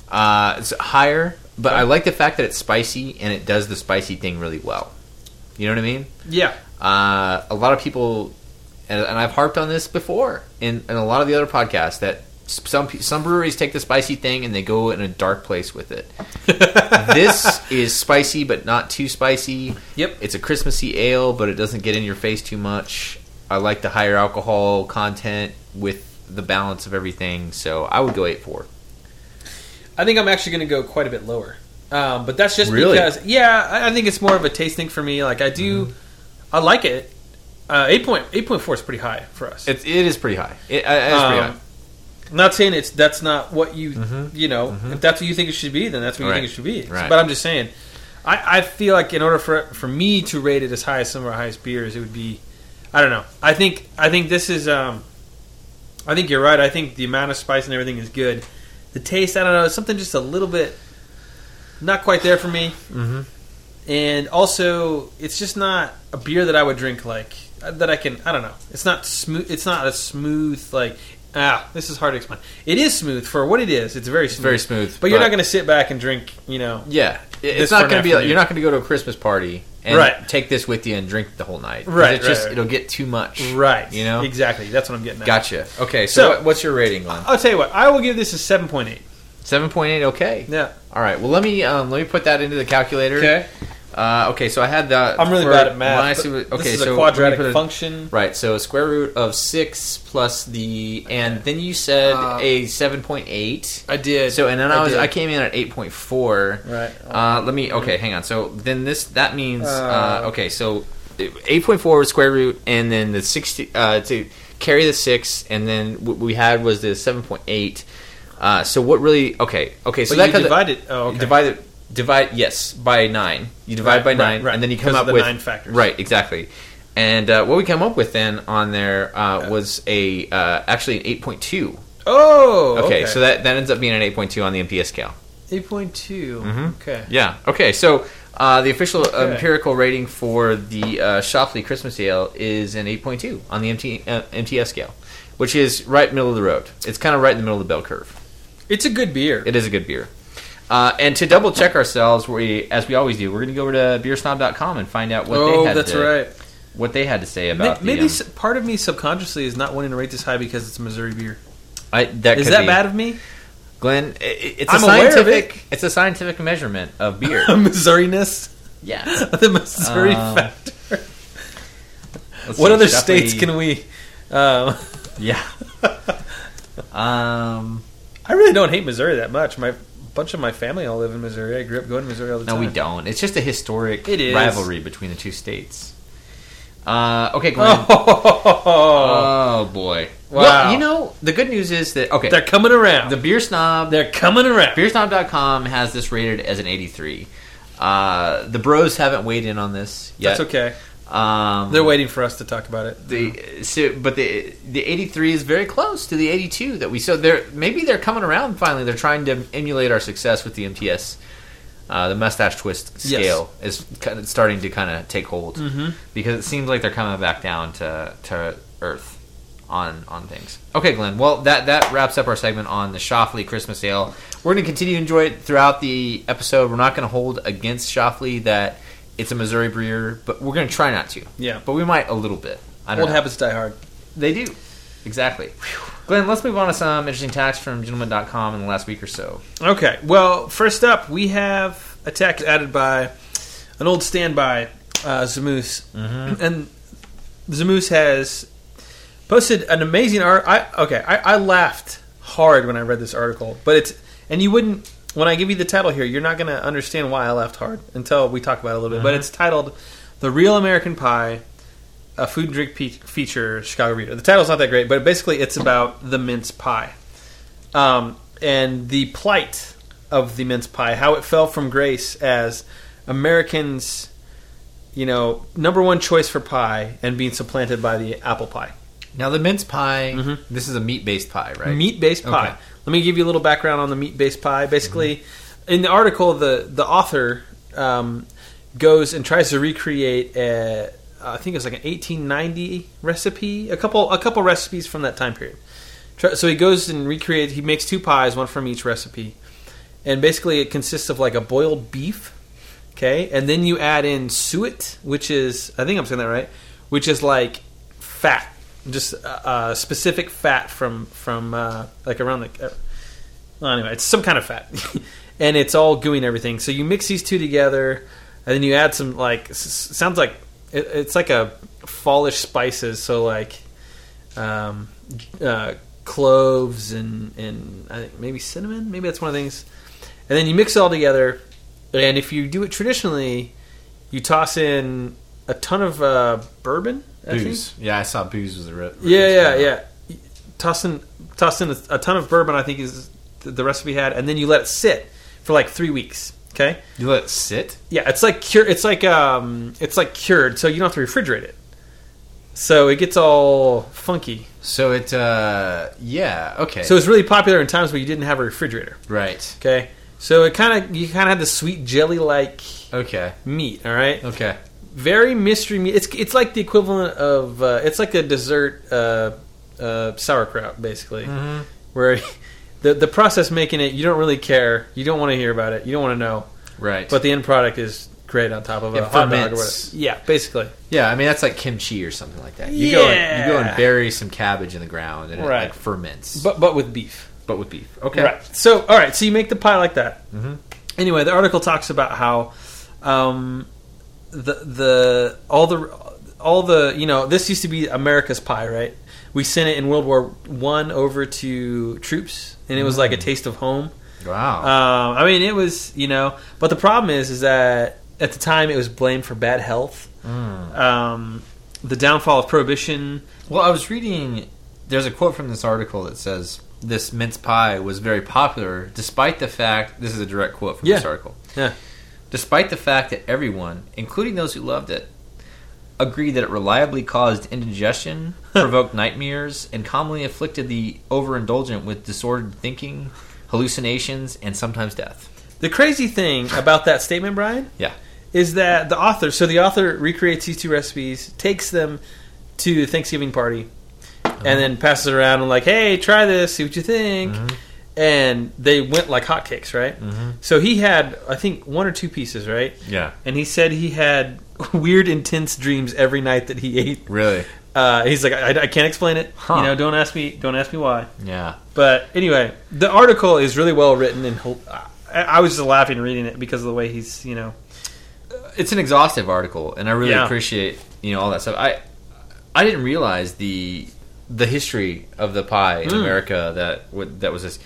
Speaker 1: uh, it's higher, but I like the fact that it's spicy and it does the spicy thing really well. You know what I mean?
Speaker 2: Yeah.
Speaker 1: Uh, a lot of people, and, and I've harped on this before in, in a lot of the other podcasts, that s- some pe- some breweries take the spicy thing and they go in a dark place with
Speaker 2: [laughs]
Speaker 1: it. this is spicy, but not too spicy.
Speaker 2: Yep.
Speaker 1: It's a Christmassy ale, but it doesn't get in your face too much. I like the higher alcohol content with the balance of everything, so I would go eight four.
Speaker 2: I think I'm actually going to go quite a bit lower. Um, but that's just
Speaker 1: Really?
Speaker 2: because, yeah, I, I think it's more of a taste thing for me. Like I do, I like it. Uh, eight point eight point four is pretty high for us.
Speaker 1: It, it is pretty high. It, it is pretty
Speaker 2: Um,
Speaker 1: high. Mm-hmm.
Speaker 2: I'm not saying it's that's not what you you know. If that's what you think it should be, then that's what you
Speaker 1: Right.
Speaker 2: think it should be. So-
Speaker 1: Right.
Speaker 2: But I'm just saying, I, I feel like in order for for me to rate it as high as some of our highest beers, it would be, I don't know. I think I think this is. Um, I think you're right. I think the amount of spice and everything is good. The taste, I don't know, it's something just a little bit not quite there for me.
Speaker 1: Mhm.
Speaker 2: And also, it's just not a beer that I would drink like uh, that. I can, I don't know. It's not smooth. It's not a smooth like. Ah, this is hard to explain. It is smooth for what it is. It's very smooth.
Speaker 1: very smooth,
Speaker 2: But you're not
Speaker 1: but-
Speaker 2: going to sit back and drink. You know.
Speaker 1: Yeah, It-
Speaker 2: This
Speaker 1: it's
Speaker 2: for
Speaker 1: not
Speaker 2: an
Speaker 1: going to be. Like,
Speaker 2: afternoon.
Speaker 1: you're not going to go to a Christmas party and
Speaker 2: Right.
Speaker 1: take this with you and drink the whole night. 'Cause
Speaker 2: Right,
Speaker 1: It's just
Speaker 2: right, right.
Speaker 1: it'll get too much.
Speaker 2: Right.
Speaker 1: You know.
Speaker 2: Exactly. That's what I'm getting. at.
Speaker 1: Gotcha. Okay. So,
Speaker 2: So-
Speaker 1: what- what's your rating, Glenn?
Speaker 2: I'll tell you what. I will give this a seven point eight.
Speaker 1: Seven point eight. Okay.
Speaker 2: Yeah.
Speaker 1: All right. Well, let me um, let me put that into the calculator. Uh, okay. So I had the.
Speaker 2: I'm really
Speaker 1: for-
Speaker 2: bad at
Speaker 1: when I
Speaker 2: math.
Speaker 1: see
Speaker 2: but
Speaker 1: what- okay.
Speaker 2: this is
Speaker 1: so let me
Speaker 2: a quadratic
Speaker 1: put it-
Speaker 2: function.
Speaker 1: Right. So square root of six plus the and then you said
Speaker 2: Uh,
Speaker 1: a seven point eight.
Speaker 2: I did.
Speaker 1: So and then I was
Speaker 2: did.
Speaker 1: I came in at eight point four.
Speaker 2: Right.
Speaker 1: Uh, let me. Okay, hang on. So then this that means uh,
Speaker 2: Uh,
Speaker 1: okay. So eight point four square root, and then the sixty uh, to carry the six, and then what we had was the seven point eight. Uh, so what really? Okay, okay. So
Speaker 2: But
Speaker 1: that
Speaker 2: you
Speaker 1: comes-
Speaker 2: divide it- oh, okay.
Speaker 1: Divide it. Divide yes by nine. You divide
Speaker 2: Right,
Speaker 1: by
Speaker 2: right,
Speaker 1: nine,
Speaker 2: right.
Speaker 1: and then you
Speaker 2: Because
Speaker 1: come
Speaker 2: of
Speaker 1: up
Speaker 2: the
Speaker 1: with
Speaker 2: nine factors.
Speaker 1: Right, exactly. And uh, what we come up with then on there uh, was a uh, actually an eight point two.
Speaker 2: Oh.
Speaker 1: Okay, so that that ends up being an eight point two on the MPS scale.
Speaker 2: Eight point two. Okay.
Speaker 1: Mm-hmm. Yeah. Okay. So uh, the official
Speaker 2: Okay.
Speaker 1: empirical rating for the uh, Shopley Christmas Ale is an 8.2 on the MT, uh, MTS scale, which is right middle of the road. It's kind of right in the middle of the bell curve.
Speaker 2: It's a good beer.
Speaker 1: It is a good beer. Uh, and to double check ourselves, we as we always do, we're going to go over to beersnob.com and find out what
Speaker 2: oh,
Speaker 1: they had
Speaker 2: that's
Speaker 1: to,
Speaker 2: right.
Speaker 1: what they had to say
Speaker 2: May-
Speaker 1: about
Speaker 2: Maybe
Speaker 1: the, um,
Speaker 2: s part of me subconsciously is not wanting to rate this high because it's Missouri beer.
Speaker 1: I, that
Speaker 2: Is
Speaker 1: could
Speaker 2: that
Speaker 1: be.
Speaker 2: bad of me? [laughs]
Speaker 1: Glenn, i- i- it's a
Speaker 2: I'm aware of
Speaker 1: scientific.
Speaker 2: it.
Speaker 1: It's a scientific measurement of
Speaker 2: [laughs]
Speaker 1: beer.
Speaker 2: Missouriness, [laughs]
Speaker 1: yeah.
Speaker 2: the Missouri
Speaker 1: Um,
Speaker 2: factor.
Speaker 1: Let's
Speaker 2: What
Speaker 1: see,
Speaker 2: other
Speaker 1: Shepley-
Speaker 2: states can we? Um, [laughs]
Speaker 1: Yeah. um.
Speaker 2: I really don't hate Missouri that much. My bunch of my family all live in Missouri. I grew up going to Missouri all the
Speaker 1: No,
Speaker 2: time.
Speaker 1: we don't. It's just a historic
Speaker 2: It is.
Speaker 1: rivalry between the two states. Uh, okay,
Speaker 2: [laughs]
Speaker 1: Glenn. Oh,
Speaker 2: Oh,
Speaker 1: boy.
Speaker 2: Wow.
Speaker 1: Well, you know, the good news is that okay,
Speaker 2: they're coming around.
Speaker 1: the beer snob,
Speaker 2: they're coming around.
Speaker 1: beersnob.com has this rated as an 83. Uh, the bros haven't weighed in on this yet.
Speaker 2: That's okay.
Speaker 1: Um,
Speaker 2: They're waiting for us to talk about it.
Speaker 1: The so, but the the 83 is very close to the 82 that we so they're maybe they're coming around finally. They're trying to emulate our success with the MTS. Uh, the mustache twist
Speaker 2: Yes.
Speaker 1: scale is kind of starting to kind of take hold because it seems like they're coming back down to to earth on on things. Okay, Glenn. Well, that that wraps up our segment on the Shoffley Christmas Ale. We're going to continue to enjoy it throughout the episode. We're not going to hold against Shoffley that it's a Missouri brewer, but we're going to try not to.
Speaker 2: Yeah.
Speaker 1: but we might a little bit. I don't
Speaker 2: Old
Speaker 1: know.
Speaker 2: habits die hard.
Speaker 1: They do. Exactly. Glenn, let's move on to some interesting tax from gentleman.com in the last week or so.
Speaker 2: Okay. Well, first up, we have a text added by an old standby, uh, Zamoose. Mm-hmm. And Zamoose has posted an amazing art. I, okay, I, I laughed hard when I read this article, but it's and you wouldn't when I give you the title here, you're not going to understand why I laughed hard until we talk about it a little bit. But it's titled "The Real American Pie." A food and drink pe- feature, Chicago Reader. The title's not that great, but basically it's about the mince pie um, and the plight of the mince pie, how it fell from grace as Americans, you know, number one choice for pie and being supplanted by the apple pie,
Speaker 1: Now, the mince pie, this is a meat based pie, right?
Speaker 2: Mm-hmm. meat based pie.
Speaker 1: Okay.
Speaker 2: Let me give you a little background on the meat based pie. Basically, in the article, the the author um, goes and tries to recreate a. I think it was like an 1890 recipe, a couple a couple recipes from that time period. Tr- So he goes and recreates. He makes two pies, one from each recipe, and basically it consists of like a boiled beef, okay, and then you add in suet, which is I think I'm saying that right, which is like fat, just uh, uh, specific fat from from uh, like around the. Uh, well, anyway, it's some kind of fat, [laughs] and it's all gooey and everything. So you mix these two together, and then you add some like s- s- sounds like it, it's like a fallish spices. So like um, uh, cloves and and I think maybe cinnamon. Maybe that's one of the things. And then you mix it all together. And if you do it traditionally, you toss in a ton of uh, bourbon. I think.
Speaker 1: Booze. Yeah, I saw booze was a re- uh,
Speaker 2: Yeah, yeah, yeah. Tossing, tossing a, a ton of bourbon. I think is the, the recipe had, and then you let it sit for like three weeks. Okay.
Speaker 1: You let it sit?
Speaker 2: Yeah, it's like cure. It's like um, it's like cured, so you don't have to refrigerate it. So it gets all funky.
Speaker 1: So it, uh, yeah, okay.
Speaker 2: So it's really popular in times where you didn't have a refrigerator.
Speaker 1: right.
Speaker 2: Okay. So it kind of you kind of had this sweet jelly like
Speaker 1: Okay.
Speaker 2: meat. All right.
Speaker 1: Okay.
Speaker 2: Very mystery meat. It's it's like the equivalent of uh, it's like a dessert uh, uh, sauerkraut basically,
Speaker 1: Mm-hmm.
Speaker 2: where [laughs] the the process making it you don't really care. You don't want to hear about it. You don't want to know.
Speaker 1: Right.
Speaker 2: But the end product is great on top of a
Speaker 1: It
Speaker 2: hot dog or
Speaker 1: ferments.
Speaker 2: whatever. Yeah, basically.
Speaker 1: yeah, I mean, that's like kimchi or something like that. You, go, and, you go and
Speaker 2: Yeah.
Speaker 1: bury some cabbage in the ground and it
Speaker 2: Right.
Speaker 1: like ferments.
Speaker 2: But but with beef.
Speaker 1: but with beef. Okay.
Speaker 2: Right. So, all right. So you make the pie like that. Mm-hmm. Anyway, the article talks about how um, the the all the all the you know this used to be America's pie, right? We sent it in World War One over to troops, and it was like a taste of home.
Speaker 1: Wow.
Speaker 2: Um, I mean, it was you know, but the problem is, is that at the time it was blamed for bad health, um, the downfall of prohibition.
Speaker 1: Well, I was reading. There's a quote from this article that says this mince pie was very popular, despite the fact. This is a direct quote from this
Speaker 2: Yeah.
Speaker 1: article.
Speaker 2: Yeah.
Speaker 1: Despite the fact that everyone, including those who loved it, agreed that it reliably caused indigestion, provoked nightmares, and commonly afflicted the overindulgent with disordered thinking, hallucinations, and sometimes death.
Speaker 2: The
Speaker 1: [laughs]
Speaker 2: crazy thing about that statement, Brian,
Speaker 1: Yeah.
Speaker 2: is that the author so the author recreates these two recipes takes them to the thanksgiving party
Speaker 1: Uh-huh.
Speaker 2: and then passes it around and like hey try this see what you think and they went like hotcakes right
Speaker 1: Uh-huh.
Speaker 2: so he had i think one or two pieces right
Speaker 1: Yeah.
Speaker 2: [laughs] and he said he had weird intense dreams every night that he ate
Speaker 1: Really?
Speaker 2: Uh, he's like, I, I can't explain it.
Speaker 1: Huh.
Speaker 2: You know, don't ask me. Don't ask me why.
Speaker 1: Yeah.
Speaker 2: But anyway, the article is really well written, and hol- I, I was just laughing reading it because of the way he's, you know,
Speaker 1: It's an exhaustive article, and I really
Speaker 2: Yeah.
Speaker 1: appreciate you know all that stuff. I I didn't realize the the history of the pie
Speaker 2: Hmm.
Speaker 1: in America that wa- that was this.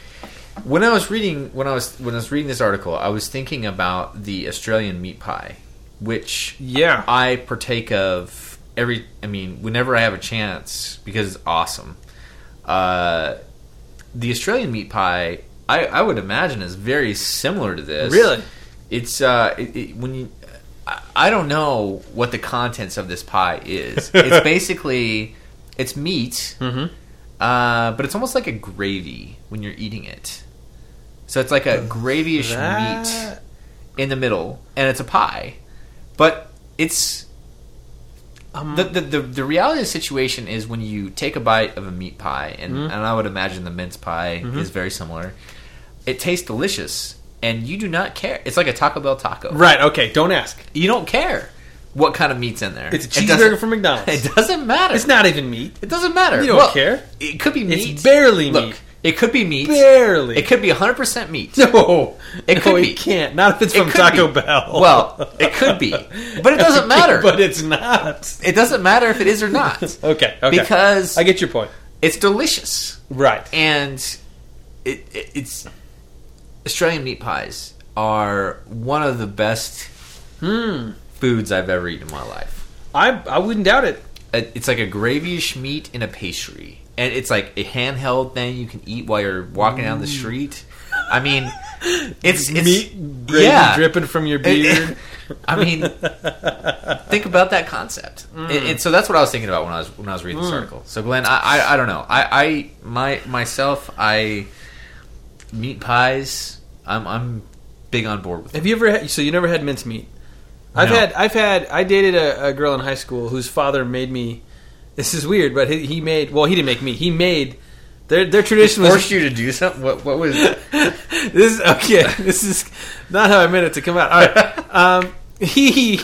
Speaker 1: When I was reading when I was when I was reading this article, I was thinking about the Australian meat pie, which
Speaker 2: yeah,
Speaker 1: I partake of every. I mean, whenever I have a chance, because it's awesome. Uh, the Australian meat pie, I, I would imagine, is very similar to this.
Speaker 2: Really?
Speaker 1: it's uh, it, it, when you. I- I don't know what the contents of this pie is. It's basically it's meat, uh, but it's almost like a gravy when you're eating it. So it's like a gravyish meat
Speaker 2: That-
Speaker 1: in the middle, and it's a pie. But it's
Speaker 2: Um,
Speaker 1: the, the the the reality of the situation is when you take a bite of a meat pie, and,
Speaker 2: Mm-hmm.
Speaker 1: and I would imagine the mince pie is very similar. It tastes delicious, and you do not care. It's like a Taco Bell taco.
Speaker 2: right. Okay, don't ask.
Speaker 1: You don't care what kind of meat's in there.
Speaker 2: It's a
Speaker 1: It doesn't-
Speaker 2: cheeseburger
Speaker 1: [laughs]
Speaker 2: from McDonald's.
Speaker 1: It doesn't matter.
Speaker 2: It's not even meat.
Speaker 1: It doesn't matter.
Speaker 2: You don't
Speaker 1: Well,
Speaker 2: care.
Speaker 1: It could be
Speaker 2: It's
Speaker 1: meat.
Speaker 2: barely
Speaker 1: Look,
Speaker 2: meat.
Speaker 1: It could be meat.
Speaker 2: Barely.
Speaker 1: It could be 100% meat.
Speaker 2: [laughs] No,
Speaker 1: It
Speaker 2: no,
Speaker 1: could
Speaker 2: it
Speaker 1: be.
Speaker 2: can't. Not if it's
Speaker 1: It
Speaker 2: from
Speaker 1: could
Speaker 2: Taco
Speaker 1: be.
Speaker 2: Bell.
Speaker 1: Well, it could be, but it
Speaker 2: [laughs]
Speaker 1: doesn't matter.
Speaker 2: but it's not.
Speaker 1: it doesn't matter if it is or not.
Speaker 2: [laughs] Okay, okay.
Speaker 1: Because
Speaker 2: I get your point.
Speaker 1: it's delicious,
Speaker 2: Right.
Speaker 1: and it, it, it's Australian meat pies are one of the best
Speaker 2: Hmm.
Speaker 1: foods I've ever eaten in my life.
Speaker 2: I I wouldn't doubt it.
Speaker 1: It- It's like a gravyish meat in a pastry, and it's like a handheld thing you can eat while you're walking down the
Speaker 2: Mm.
Speaker 1: street. I
Speaker 2: [laughs]
Speaker 1: mean, it's it's
Speaker 2: Meat gravy
Speaker 1: yeah.
Speaker 2: dripping from your beard.
Speaker 1: I mean, think about that concept.
Speaker 2: Mm.
Speaker 1: And, and so that's what I was thinking about when I was when I was reading this article. So Glenn, I, I I don't know. I I my myself I meat pies. I'm I'm big on board with it.
Speaker 2: Have you ever had? So you never had mincemeat? I've
Speaker 1: No.
Speaker 2: had. I've had. I dated a, a girl in high school whose father made me. [laughs] This is weird, but he, he made. Well, he didn't make me. He made. Their their tradition was
Speaker 1: Forced you to do something. What what was?
Speaker 2: [laughs] this is okay. [laughs] This is not how I meant it to come out. All right. Um, [laughs] he.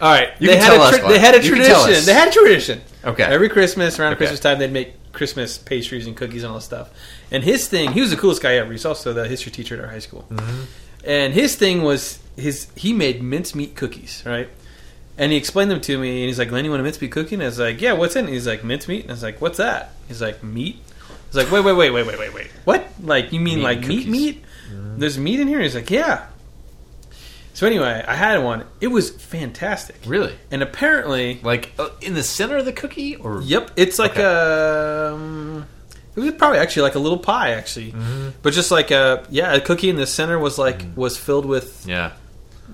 Speaker 2: All right.
Speaker 1: You
Speaker 2: they
Speaker 1: can
Speaker 2: had
Speaker 1: tell
Speaker 2: a
Speaker 1: us
Speaker 2: tra-
Speaker 1: why.
Speaker 2: They had a
Speaker 1: You can tell us.
Speaker 2: tradition. They had a tradition.
Speaker 1: Okay.
Speaker 2: Every Christmas around
Speaker 1: Okay.
Speaker 2: Christmas time, they'd make Christmas pastries and cookies and all this stuff. And his thing, he was the coolest guy ever. He's also the history teacher at our high school.
Speaker 1: Mm-hmm.
Speaker 2: And his thing was his. He made mincemeat cookies, right? And he explained them to me, and he's like, "Glenn, you want a mincemeat cookie?" And I was like, "Yeah, what's in?" it? He's like, "Mincemeat." And I was like, "What's that?" He's like, "Meat." He's like, "Wait, wait, wait, wait, wait, wait, wait. What? Like, you mean
Speaker 1: Meat
Speaker 2: like
Speaker 1: cookies.
Speaker 2: meat, meat? There's meat in here?" He's like, "Yeah." So anyway, I had one. It was fantastic.
Speaker 1: Really?
Speaker 2: And apparently,
Speaker 1: Like uh, in the center of the cookie, or
Speaker 2: Yep, it's like
Speaker 1: Okay.
Speaker 2: a. Um, it was probably actually like a little pie, actually,
Speaker 1: Mm-hmm.
Speaker 2: but just like a yeah, a cookie in the center was like was filled with
Speaker 1: yeah,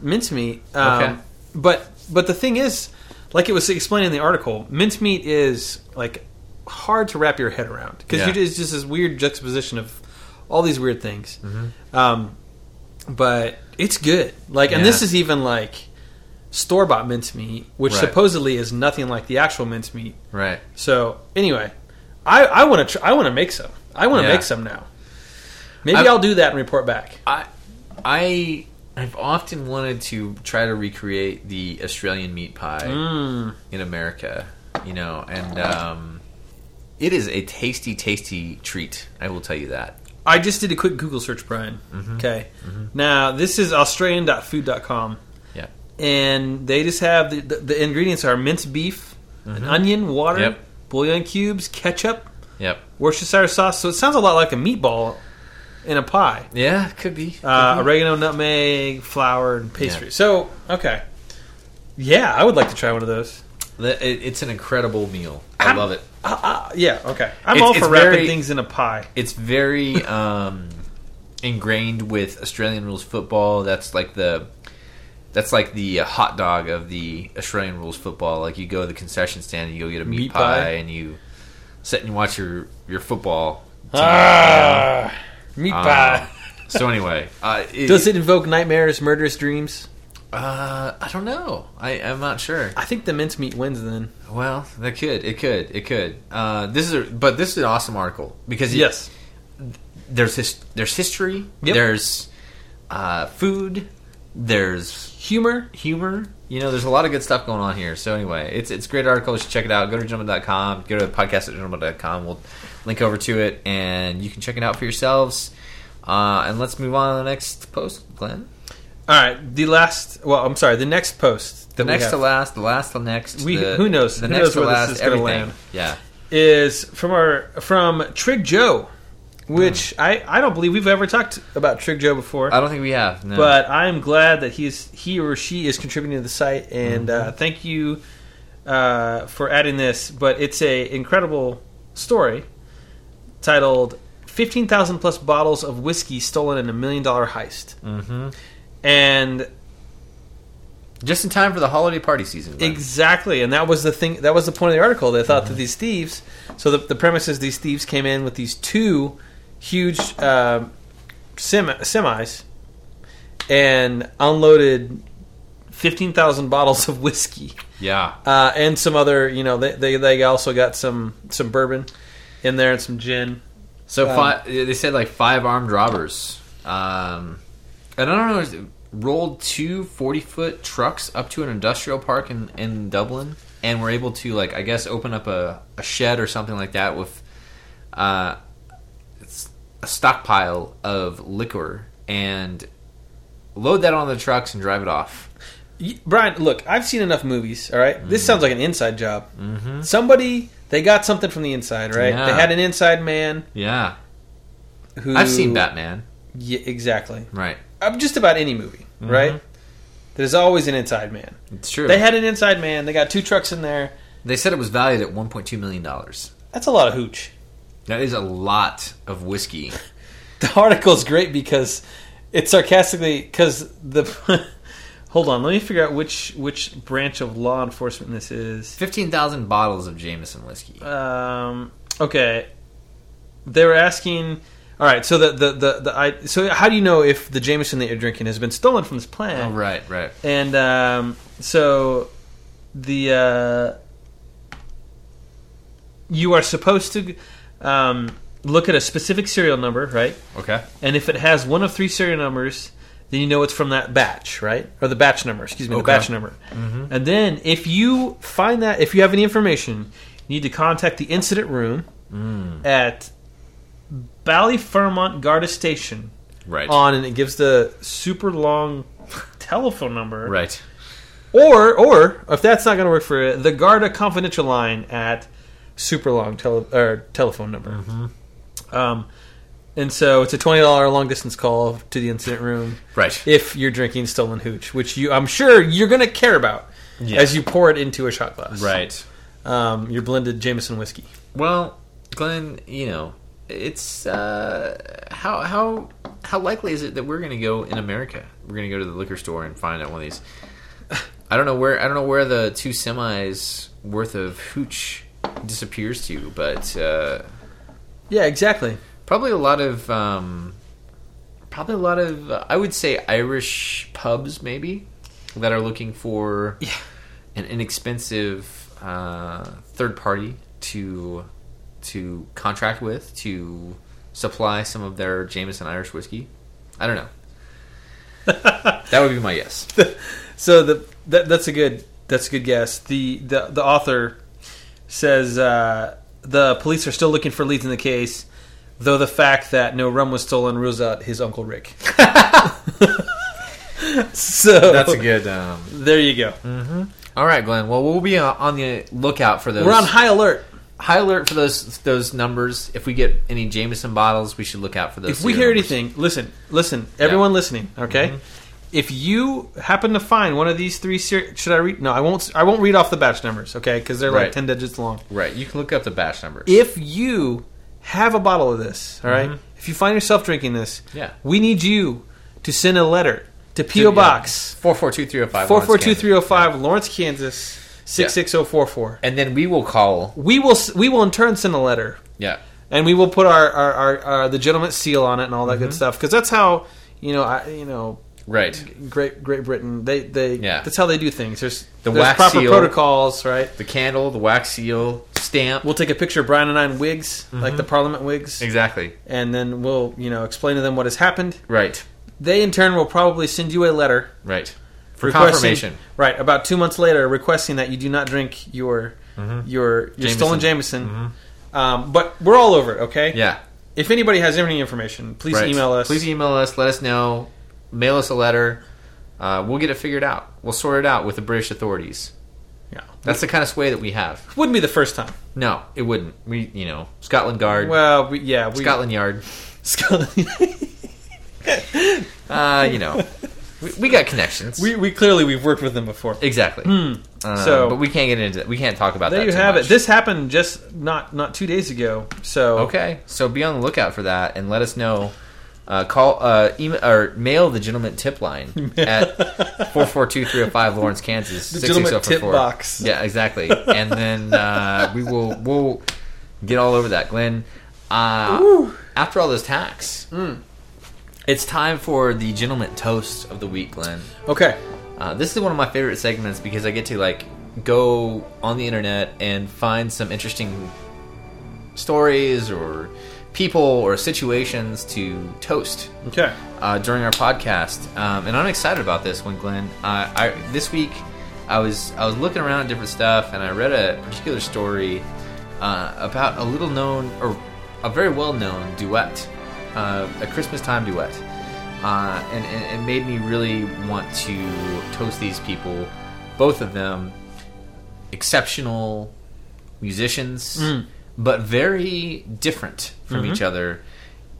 Speaker 2: mincemeat. Um,
Speaker 1: Okay.
Speaker 2: But but the thing is, like it was explained in the article, mincemeat is like hard to wrap your head around because
Speaker 1: Yeah.
Speaker 2: it's just this weird juxtaposition of all these weird things.
Speaker 1: Mm-hmm.
Speaker 2: Um, but it's good. Like, and
Speaker 1: Yeah.
Speaker 2: this is even like store bought mincemeat, which
Speaker 1: Right.
Speaker 2: supposedly is nothing like the actual mincemeat.
Speaker 1: right.
Speaker 2: So anyway, I, I want to tr- I want to make some. I want to
Speaker 1: Yeah.
Speaker 2: make some now. Maybe
Speaker 1: I-
Speaker 2: I, will do that and report back.
Speaker 1: I I I've often wanted to try to recreate the Australian meat pie in America, you know, and um, it is a tasty, tasty treat. I will tell you that.
Speaker 2: I just did a quick Google search, Brian.
Speaker 1: Mm-hmm.
Speaker 2: Okay, now this is Australian.food.com,
Speaker 1: Yeah.
Speaker 2: and they just have the, the, the ingredients are minced beef, an onion, water,
Speaker 1: Mm-hmm. Yep.
Speaker 2: bouillon cubes, ketchup,
Speaker 1: Yep.
Speaker 2: Worcestershire sauce. So it sounds a lot like a meatball in a pie.
Speaker 1: Yeah, could be.
Speaker 2: Uh,
Speaker 1: Could be.
Speaker 2: Oregano, nutmeg, flour, and pastry. So okay, yeah, I would like to try one of those.
Speaker 1: The- it- it's an incredible meal. I
Speaker 2: I'm-
Speaker 1: love it.
Speaker 2: Uh, uh, yeah, okay. I'm
Speaker 1: It's-
Speaker 2: all
Speaker 1: it's
Speaker 2: for wrapping
Speaker 1: very-
Speaker 2: things in a pie.
Speaker 1: It's very um, ingrained with Australian rules football. That's like the that's like the uh, hot dog of the Australian rules football. Like you go to the concession stand and you go get a meat,
Speaker 2: Meat
Speaker 1: pie,
Speaker 2: pie.
Speaker 1: and you sit and watch your your football.
Speaker 2: Ah, meat
Speaker 1: Um,
Speaker 2: pie.
Speaker 1: so anyway, [laughs] uh, it,
Speaker 2: Does it invoke nightmares, murderous dreams?
Speaker 1: Uh, I don't know. I, I'm not sure.
Speaker 2: I think the mincemeat wins then.
Speaker 1: Well, that could. It could. It could. Uh, this is a, but this is an awesome article because it-
Speaker 2: Yes.
Speaker 1: there's his, there's history,
Speaker 2: Yep.
Speaker 1: there's uh, food, There's
Speaker 2: Humor.
Speaker 1: humor. You know, there's a lot of good stuff going on here. So anyway, it's it's a great article. You should check it out. Go to gentleman.com. Go to the podcast at gentleman.com. We'll link over to it, and you can check it out for yourselves. Uh, and let's move on to the next post, Glenn.
Speaker 2: All right. The last. Well, I'm sorry. The next post.
Speaker 1: The
Speaker 2: that we
Speaker 1: next
Speaker 2: have
Speaker 1: to last, the last to next.
Speaker 2: We-
Speaker 1: the-
Speaker 2: who knows?
Speaker 1: The
Speaker 2: Who
Speaker 1: next
Speaker 2: knows
Speaker 1: to
Speaker 2: where this
Speaker 1: last,
Speaker 2: is gonna
Speaker 1: everything.
Speaker 2: land?
Speaker 1: Yeah.
Speaker 2: is from our from Trig Joe, which I I don't believe we've ever talked about Trig Joe before.
Speaker 1: I don't think we have. No.
Speaker 2: but I'm glad that he's he or she is contributing to the site, and
Speaker 1: Mm-hmm.
Speaker 2: uh, thank you uh, for adding this. But it's a incredible story titled "15,000 plus bottles of whiskey stolen in a million dollar heist,"
Speaker 1: Mhm.
Speaker 2: and
Speaker 1: just in time for the holiday party season. Glenn.
Speaker 2: Exactly, and that was the thing. That was the point of the article. They thought that these thieves. So the, the premise is these thieves came in with these two huge um semi, semis and unloaded fifteen thousand bottles of whiskey
Speaker 1: yeah.
Speaker 2: uh, and some other. You know, they, they they also got some some bourbon in there and some gin.
Speaker 1: So
Speaker 2: Um,
Speaker 1: fi they said like five armed robbers, um, and I don't know, is it- rolled two 40 foot trucks up to an industrial park in, in Dublin, and were able to like I guess open up a, a shed or something like that with uh, it's a stockpile of liquor and load that on the trucks and drive it off.
Speaker 2: Y- Brian, look, I've seen enough movies. All right? this sounds like an inside job. Mm-hmm. Somebody they got something from the inside, right?
Speaker 1: Yeah.
Speaker 2: They had an inside man.
Speaker 1: Yeah,
Speaker 2: Who
Speaker 1: I've seen Batman.
Speaker 2: Yeah, exactly.
Speaker 1: Right,
Speaker 2: Uh, just about any movie,
Speaker 1: Mm-hmm.
Speaker 2: right? There's always an inside man.
Speaker 1: it's true.
Speaker 2: They had an inside man. They got two trucks in there.
Speaker 1: They said it was valued at 1.2 million dollars.
Speaker 2: That's a lot of hooch. [laughs]
Speaker 1: That is a lot of whiskey.
Speaker 2: The article's great because it's sarcastically because the. [laughs] Hold on, let me figure out which which branch of law enforcement this is.
Speaker 1: Fifteen thousand bottles of Jameson whiskey.
Speaker 2: Um, okay, they were asking. All right, so the the the, the I, so how do you know if the Jameson that you're drinking has been stolen from this plant?
Speaker 1: Oh, right, right.
Speaker 2: And um, so the uh, you are supposed to um, look at a specific serial number, right?
Speaker 1: Okay.
Speaker 2: And if it has one of three serial numbers, then you know it's from that batch, right? Or the batch number, excuse me, the
Speaker 1: Okay. Mm-hmm.
Speaker 2: batch number. And then if you find that, if you have any information, you need to contact the incident room
Speaker 1: Mm.
Speaker 2: at Ballyfermot Garda Station
Speaker 1: Right.
Speaker 2: on, and it gives the super long telephone number.
Speaker 1: Right.
Speaker 2: Or, or if that's not going to work for it, the Garda confidential line at super long tele- or telephone number. Um, and so it's a twenty dollar long distance call to the incident room
Speaker 1: Right.
Speaker 2: if you're drinking stolen hooch, which you I'm sure you're going to care about
Speaker 1: Yeah.
Speaker 2: as you pour it into a shot glass.
Speaker 1: Right.
Speaker 2: um, your blended Jameson whiskey.
Speaker 1: Well, Glenn, you know, it's uh, how how how likely is it that we're going to go in America? We're going to go to the liquor store and find out one of these. I don't know where I don't know where the two semis worth of hooch disappears to, but uh,
Speaker 2: Yeah, exactly.
Speaker 1: probably a lot of um, probably a lot of uh, I would say Irish pubs maybe that are looking for an inexpensive uh, third party to to contract with to supply some of their Jameson Irish whiskey. I
Speaker 2: [laughs]
Speaker 1: don't know. that would be my guess.
Speaker 2: So the that, that's a good that's a good guess. The the, the author says uh, the police are still looking for leads in the case, though the fact that no rum was stolen rules out his uncle Rick. [laughs] so
Speaker 1: good. Um...
Speaker 2: There you go.
Speaker 1: All right, Glenn. Well, we'll be uh, on the lookout for those.
Speaker 2: We're on high alert.
Speaker 1: high alert for those those numbers. If we get any Jameson bottles, we should look out for those.
Speaker 2: If we
Speaker 1: serial
Speaker 2: hear
Speaker 1: numbers.
Speaker 2: anything, listen, listen, everyone listening, okay?
Speaker 1: Mm-hmm.
Speaker 2: If you happen to find one of these three, ser- should I read? No, I won't. I won't read off the batch numbers, okay? Because they're
Speaker 1: Right.
Speaker 2: like ten digits long.
Speaker 1: Right, you can look up the batch numbers.
Speaker 2: if you have a bottle of this, all right, if you find yourself drinking this,
Speaker 1: Mm-hmm. Yeah.
Speaker 2: we need you to send a letter to
Speaker 1: To-
Speaker 2: P.O. Box
Speaker 1: yeah, 442305.
Speaker 2: four four two
Speaker 1: Lawrence,
Speaker 2: three zero five Lawrence, Kansas six six zero four four.
Speaker 1: Kansas. And then we will call.
Speaker 2: We will s- we will in turn send a letter,
Speaker 1: Yeah.
Speaker 2: and we will put our our, our, our the gentleman's seal on it and all that
Speaker 1: Mm-hmm.
Speaker 2: good stuff because that's how you know I you know
Speaker 1: Right.
Speaker 2: Great Great Britain they they
Speaker 1: Yeah.
Speaker 2: that's how they do things. There's
Speaker 1: The
Speaker 2: there's
Speaker 1: wax
Speaker 2: proper
Speaker 1: seal.
Speaker 2: protocols, right?
Speaker 1: The candle, the wax seal, stamp.
Speaker 2: We'll take a picture of Brian and I in
Speaker 1: Mm-hmm.
Speaker 2: wigs, like the Parliament wigs,
Speaker 1: exactly.
Speaker 2: and then we'll you know explain to them what has happened.
Speaker 1: Right.
Speaker 2: they in turn will probably send you a letter
Speaker 1: Right. For
Speaker 2: requesting-
Speaker 1: confirmation.
Speaker 2: Right, about two months later, requesting that you do not drink your
Speaker 1: Mm-hmm.
Speaker 2: your your stolen Jameson. Um, but we're all over it, okay?
Speaker 1: Yeah.
Speaker 2: If anybody has any information, please
Speaker 1: Right.
Speaker 2: email us.
Speaker 1: Please e- email us. Let us know. Mail us a letter. Uh, we'll get it figured out. We'll sort it out with the British authorities.
Speaker 2: yeah.
Speaker 1: That's the kind of sway that we have.
Speaker 2: Wouldn't be the first time.
Speaker 1: No, it wouldn't. We, you know, Scotland Guard,
Speaker 2: Well, we, yeah, we,
Speaker 1: Scotland Yard.
Speaker 2: [laughs] Scotland.
Speaker 1: Uh, you know, we, we got connections.
Speaker 2: we, we clearly we've worked with them before.
Speaker 1: exactly. Um,
Speaker 2: So-
Speaker 1: but we can't get into that. We can't talk about
Speaker 2: There
Speaker 1: that.
Speaker 2: you
Speaker 1: too
Speaker 2: have
Speaker 1: much.
Speaker 2: it. This happened just not not two days ago. So
Speaker 1: Okay, so be on the lookout for that, and let us know. Uh, call, uh, email, or mail the gentleman tip line
Speaker 2: [laughs]
Speaker 1: at four four two three zero five Lawrence, Kansas.
Speaker 2: The gentleman tip
Speaker 1: 66044.
Speaker 2: box.
Speaker 1: Yeah,
Speaker 2: [laughs]
Speaker 1: exactly. and then uh, we will we'll get all over that, Glenn. Uh, after all those tacks,
Speaker 2: Hmm.
Speaker 1: it's time for the gentleman toast of the week, Glenn.
Speaker 2: okay.
Speaker 1: Uh, this is one of my favorite segments because I get to like go on the internet and find some interesting stories or people or situations to toast
Speaker 2: Okay.
Speaker 1: uh, during our podcast, um, and I'm excited about this one, Glenn. Uh, I this week I was I was looking around at different stuff, and I read a particular story uh, about a little known or a very well known duet, uh, a Christmas time duet, uh, and, and it made me really want to toast these people, both of them, exceptional musicians,
Speaker 2: Mm.
Speaker 1: but very different from
Speaker 2: Mm-hmm.
Speaker 1: each other.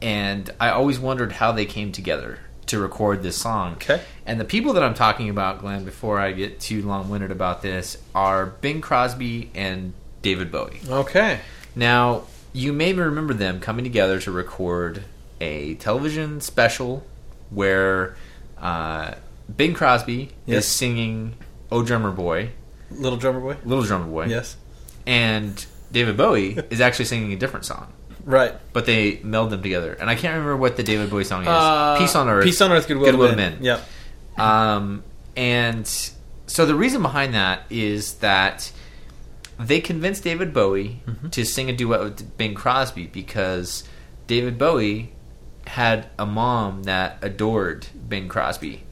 Speaker 1: And I always wondered how they came together to record this song.
Speaker 2: Okay.
Speaker 1: And the people that I'm talking about, Glenn, before I get too long winded about this, are Bing Crosby and David Bowie.
Speaker 2: Okay.
Speaker 1: Now, you may remember them coming together to record a television special where uh, Bing Crosby
Speaker 2: Yes.
Speaker 1: is singing Oh Drummer Boy,
Speaker 2: Little drummer boy.
Speaker 1: Little Drummer Boy
Speaker 2: Yes.
Speaker 1: and David Bowie is actually singing a different song,
Speaker 2: Right.
Speaker 1: but they meld them together. And I can't remember what the David Bowie song is.
Speaker 2: Uh,
Speaker 1: Peace on Earth.
Speaker 2: Peace on earth. Goodwill,
Speaker 1: Goodwill
Speaker 2: to
Speaker 1: to
Speaker 2: men.
Speaker 1: men.
Speaker 2: Yeah.
Speaker 1: Um, and so the reason behind that is that they convinced David Bowie to sing a duet with Bing Crosby because David Bowie had a mom that adored Bing Crosby.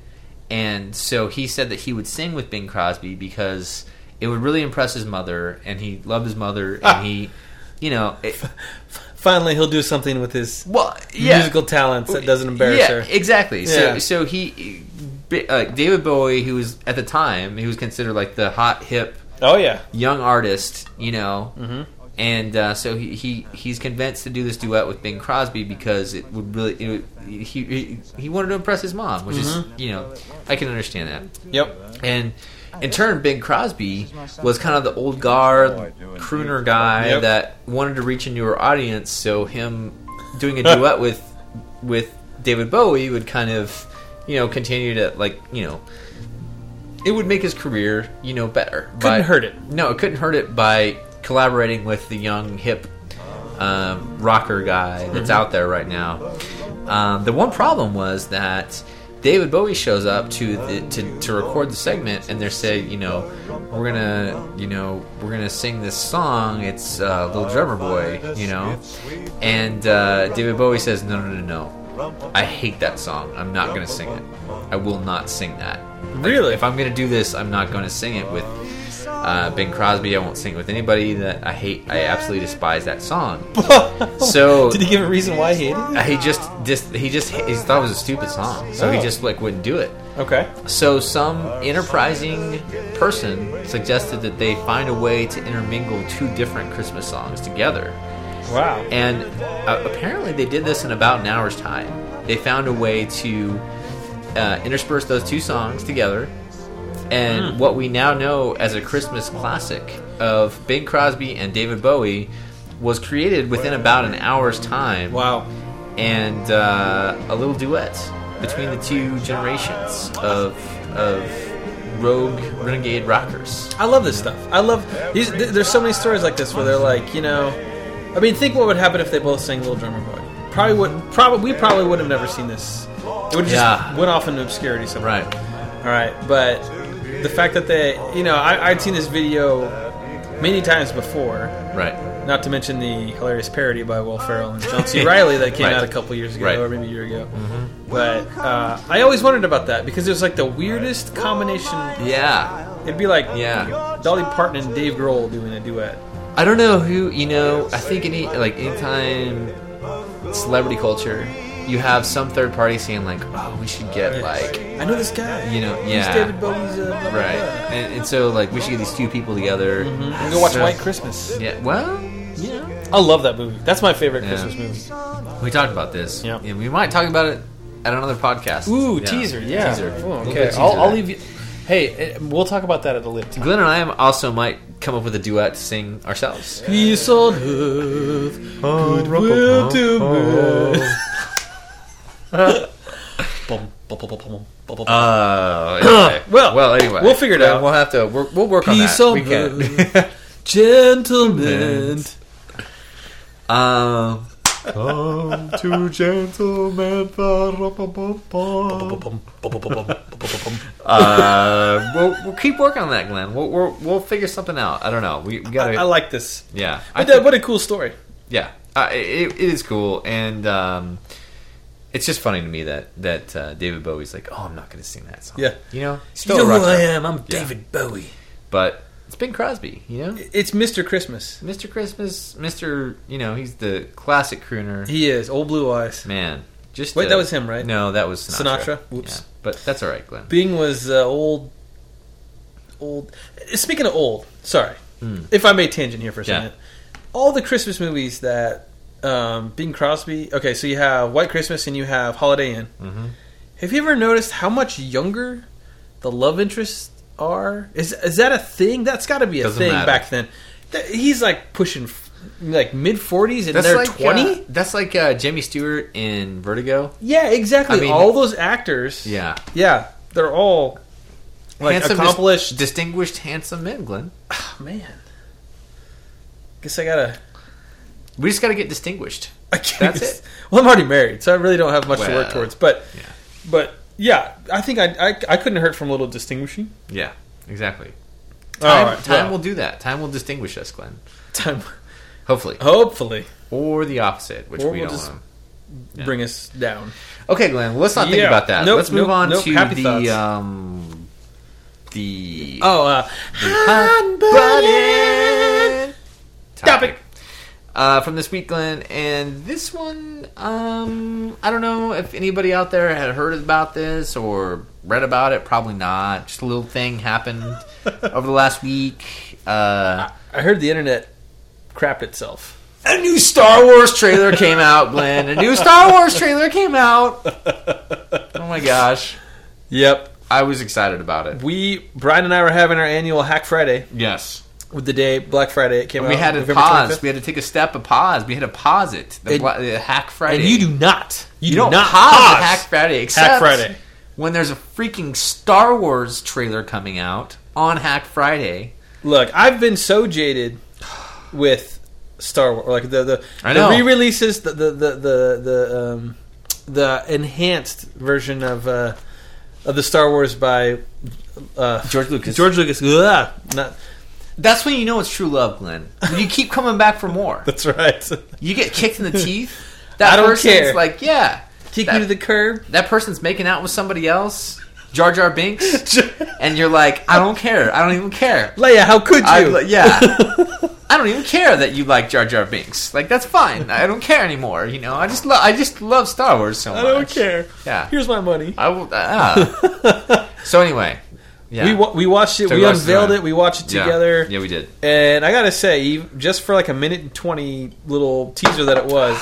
Speaker 1: And so he said that he would sing with Bing Crosby because it would really impress his mother, and he loved his mother, and he, you know, it,
Speaker 2: Finally, he'll do something with his
Speaker 1: well, yeah,
Speaker 2: musical talents that doesn't embarrass
Speaker 1: yeah,
Speaker 2: her.
Speaker 1: Exactly.
Speaker 2: Yeah.
Speaker 1: So so he uh, David Bowie, who was at the time, he was considered like the hot hip
Speaker 2: oh yeah.
Speaker 1: young artist, you know.
Speaker 2: Mm-hmm.
Speaker 1: And uh, so he, he he's convinced to do this duet with Bing Crosby because it would really it would- he, he he wanted to impress his mom, which
Speaker 2: Mm-hmm.
Speaker 1: is you know I can understand that.
Speaker 2: Yep.
Speaker 1: And in turn, Bing Crosby was kind of the old guard crooner guy
Speaker 2: Yep.
Speaker 1: that wanted to reach a newer audience. So him doing a
Speaker 2: [laughs]
Speaker 1: duet with with David Bowie would kind of you know continue to like you know it would make his career you know better. Couldn't
Speaker 2: hurt it.
Speaker 1: No, it couldn't hurt it by collaborating with the young hip um, rocker guy that's out there right now. Um, the one problem was that David Bowie shows up to, the, to to record the segment, and they're saying, you know, we're gonna, you know, we're gonna sing this song. It's uh, Little Drummer Boy, you know, and uh, David Bowie says, no, no, no, no, I hate that song. I'm not gonna sing it. I will not sing that. Like,
Speaker 2: Really?
Speaker 1: if I'm gonna do this, I'm not gonna sing it with uh, Ben Crosby. I won't sing it with anybody that I hate. I absolutely despise that
Speaker 2: [laughs]
Speaker 1: song. [laughs] So uh,
Speaker 2: Did he give a reason why he hated it?
Speaker 1: he just just he just he thought it was a stupid song, so he
Speaker 2: Oh.
Speaker 1: just like wouldn't do it.
Speaker 2: Okay.
Speaker 1: So some enterprising person suggested that they find a way to intermingle two different Christmas songs together,
Speaker 2: Wow.
Speaker 1: and uh, apparently they did this in about an hour's time. They found a way to uh, intersperse those two songs together, and what we now know as a Christmas classic of Bing Crosby and David Bowie was created within about an hour's time
Speaker 2: Wow.
Speaker 1: and uh, a little duet between the two generations of of rogue renegade rockers.
Speaker 2: I love this stuff. I love these. Th- there's so many stories like this where they're like, you know, I mean, think what would happen if they both sang Little Drummer Boy. Probably would. Probably we probably would have never seen this. It would have
Speaker 1: Yeah.
Speaker 2: just went off into obscurity somewhere.
Speaker 1: Right.
Speaker 2: All right, but the fact that they, you know, I, I'd seen this video many times before,
Speaker 1: Right.
Speaker 2: and Not to mention the hilarious parody by Will Ferrell and
Speaker 1: [laughs]
Speaker 2: John C. Riley that came
Speaker 1: Right.
Speaker 2: out a couple years ago,
Speaker 1: Right. Mm-hmm.
Speaker 2: or maybe a year ago. But uh, I always wondered about that because it was like the weirdest combination.
Speaker 1: Yeah,
Speaker 2: It'd be like
Speaker 1: yeah.
Speaker 2: Dolly Parton and Dave Grohl doing a duet.
Speaker 1: I don't know who you know. I think any like anytime celebrity culture, you have some third party saying like, "Oh, we should get like."
Speaker 2: I know this guy.
Speaker 1: You know, yeah.
Speaker 2: He's David Bowie's. Uh, blah, blah,
Speaker 1: Right,
Speaker 2: blah.
Speaker 1: and, and so like we should get these two people together.
Speaker 2: And go watch
Speaker 1: So-
Speaker 2: White Christmas.
Speaker 1: Yeah, well, you know,
Speaker 2: I love that movie. That's my favorite
Speaker 1: Yeah.
Speaker 2: Christmas movie.
Speaker 1: We talked about this.
Speaker 2: Yeah.
Speaker 1: And we might talk about it at another podcast.
Speaker 2: Ooh,
Speaker 1: Yeah.
Speaker 2: teaser. Yeah.
Speaker 1: Teaser.
Speaker 2: Ooh,
Speaker 1: Little
Speaker 2: okay.
Speaker 1: bit teaser
Speaker 2: I'll, I'll
Speaker 1: there.
Speaker 2: leave you. Hey, eh, we'll talk about that at a later time.
Speaker 1: Glenn and I am- also might come up with a duet to sing ourselves.
Speaker 2: Peace on earth,
Speaker 1: Oh,
Speaker 2: goodwill to men. Bum, bum, bum, bum, bum, bum, bum. [coughs]
Speaker 1: Uh, anyway.
Speaker 2: Well,
Speaker 1: well, anyway,
Speaker 2: we'll figure it
Speaker 1: Then
Speaker 2: out.
Speaker 1: We'll have to. We're, we'll work on
Speaker 2: Peace
Speaker 1: that.
Speaker 2: on
Speaker 1: we can.
Speaker 2: [laughs] Gentlemen.
Speaker 1: um,
Speaker 2: Bum, bum, bum, bum, bum, bum, bum, bum, bum.
Speaker 1: uh, [laughs] we'll, we'll keep working on that, Glenn. We'll, we'll we'll figure something out. I don't know. We, we gotta.
Speaker 2: I, I like this.
Speaker 1: yeah. I
Speaker 2: But that,
Speaker 1: think-
Speaker 2: what a cool story.
Speaker 1: yeah, uh, it, it is cool, and um, it's just funny to me that that uh, David Bowie's like, oh, I'm not going to sing that song.
Speaker 2: Yeah.
Speaker 1: you know, still
Speaker 2: You know
Speaker 1: a rock
Speaker 2: who I
Speaker 1: star.
Speaker 2: am? I'm
Speaker 1: Yeah.
Speaker 2: David Bowie.
Speaker 1: but it's Bing Crosby. You know,
Speaker 2: It's Mr. Christmas.
Speaker 1: Mr. Christmas, Mr. You know, he's the classic crooner.
Speaker 2: He is. Old Blue Eyes.
Speaker 1: Man, just
Speaker 2: Wait,
Speaker 1: a-
Speaker 2: that was him, right?
Speaker 1: No, that was Sinatra.
Speaker 2: Sinatra? Whoops.
Speaker 1: Yeah, but that's all right, Glenn.
Speaker 2: Bing was uh, old. Old. Speaking of old, sorry. If I may tangent here for a
Speaker 1: Hmm. Yeah.
Speaker 2: second. All the Christmas movies that um, Bing Crosby. Okay, so you have White Christmas and you have Holiday Inn.
Speaker 1: Mm-hmm.
Speaker 2: Have you ever noticed how much younger the love interests are? Is is that a thing? That's got to be a
Speaker 1: Doesn't
Speaker 2: thing
Speaker 1: matter.
Speaker 2: back then. That- He's like pushing f- like mid forties and
Speaker 1: That's
Speaker 2: they're
Speaker 1: like
Speaker 2: twenty.
Speaker 1: uh, that's like uh, Jimmy Stewart in Vertigo.
Speaker 2: yeah, exactly.
Speaker 1: I mean-
Speaker 2: all those actors.
Speaker 1: Yeah,
Speaker 2: yeah, they're all like
Speaker 1: Handsome, dis-
Speaker 2: accomplished.
Speaker 1: distinguished, handsome men, Glenn.
Speaker 2: Man, guess I gotta.
Speaker 1: We just got to get distinguished.
Speaker 2: I can't
Speaker 1: That's
Speaker 2: guess-
Speaker 1: it.
Speaker 2: Well, I'm already married, so I really don't have much to work
Speaker 1: Well,
Speaker 2: towards. But,
Speaker 1: yeah.
Speaker 2: but yeah, I think I, I I couldn't hurt from a little distinguishing.
Speaker 1: Yeah, exactly.
Speaker 2: All
Speaker 1: Time,
Speaker 2: right,
Speaker 1: time
Speaker 2: well,
Speaker 1: will do that. Time will distinguish us, Glenn.
Speaker 2: time.
Speaker 1: Hopefully,
Speaker 2: Hopefully,
Speaker 1: or the opposite, which
Speaker 2: Or
Speaker 1: we
Speaker 2: we'll
Speaker 1: don't
Speaker 2: just-
Speaker 1: want.
Speaker 2: bring us down.
Speaker 1: Okay, Glenn. well, Let's not think
Speaker 2: Yeah.
Speaker 1: about that.
Speaker 2: Nope,
Speaker 1: let's move
Speaker 2: nope,
Speaker 1: on
Speaker 2: nope.
Speaker 1: to
Speaker 2: Happy
Speaker 1: the
Speaker 2: thoughts.
Speaker 1: um the
Speaker 2: Oh, uh,
Speaker 1: hot button
Speaker 2: Topic.
Speaker 1: Uh, from this week, Glenn, and this one, um, I don't know if anybody out there had heard about this or read about it. Probably not. Just a little thing happened over the last week. Uh,
Speaker 2: I heard the internet crapped itself.
Speaker 1: a new [laughs] Star Wars trailer came out, Glenn. A new Star Wars trailer came out. Oh my gosh.
Speaker 2: Yep,
Speaker 1: I was excited about it.
Speaker 2: we Brian and I were having our annual Hack Friday
Speaker 1: Yes.
Speaker 2: with the day Black Friday. It came out.
Speaker 1: We had to
Speaker 2: November
Speaker 1: pause.
Speaker 2: 25th.
Speaker 1: We had to take a step of pause. We had to pause it. The,
Speaker 2: And-
Speaker 1: Bla- the Hack Friday.
Speaker 2: and you do not. You,
Speaker 1: You
Speaker 2: do
Speaker 1: don't
Speaker 2: not
Speaker 1: pause,
Speaker 2: pause.
Speaker 1: at Hack Friday except
Speaker 2: Friday.
Speaker 1: when there's a freaking Star Wars trailer coming out on Hack Friday.
Speaker 2: Look, I've been so jaded with Star Wars, like the the,
Speaker 1: I know.
Speaker 2: the re-releases, the the the the the, um, the enhanced version of uh, of the Star Wars by uh,
Speaker 1: George Lucas.
Speaker 2: George Lucas. Ugh,
Speaker 1: [laughs]
Speaker 2: not,
Speaker 1: That's when you know it's true love, Glenn. When you keep coming back for more.
Speaker 2: that's right.
Speaker 1: You get kicked in the
Speaker 2: [laughs]
Speaker 1: teeth. That
Speaker 2: I don't
Speaker 1: person's
Speaker 2: care.
Speaker 1: like, yeah.
Speaker 2: Kick
Speaker 1: That-
Speaker 2: me to
Speaker 1: [laughs]
Speaker 2: the curb.
Speaker 1: that person's making out with somebody else, Jar Jar
Speaker 2: [laughs]
Speaker 1: Binks, and you're like, I don't care. I don't even care.
Speaker 2: Leia, how could you?
Speaker 1: I,
Speaker 2: [laughs]
Speaker 1: yeah. I don't even care that you like Jar Jar Binks. Like that's fine. I don't care anymore. You know, I just love I just love Star Wars so much.
Speaker 2: I don't care.
Speaker 1: Yeah.
Speaker 2: Here's my money.
Speaker 1: I will. ah.
Speaker 2: [laughs]
Speaker 1: so anyway, yeah.
Speaker 2: We wa- we watched it.
Speaker 1: So
Speaker 2: we
Speaker 1: we watched
Speaker 2: unveiled
Speaker 1: it.
Speaker 2: it. We watched it
Speaker 1: Yeah.
Speaker 2: together.
Speaker 1: Yeah, we did.
Speaker 2: And I gotta say, ev- just for like a minute and twenty little teaser that it was,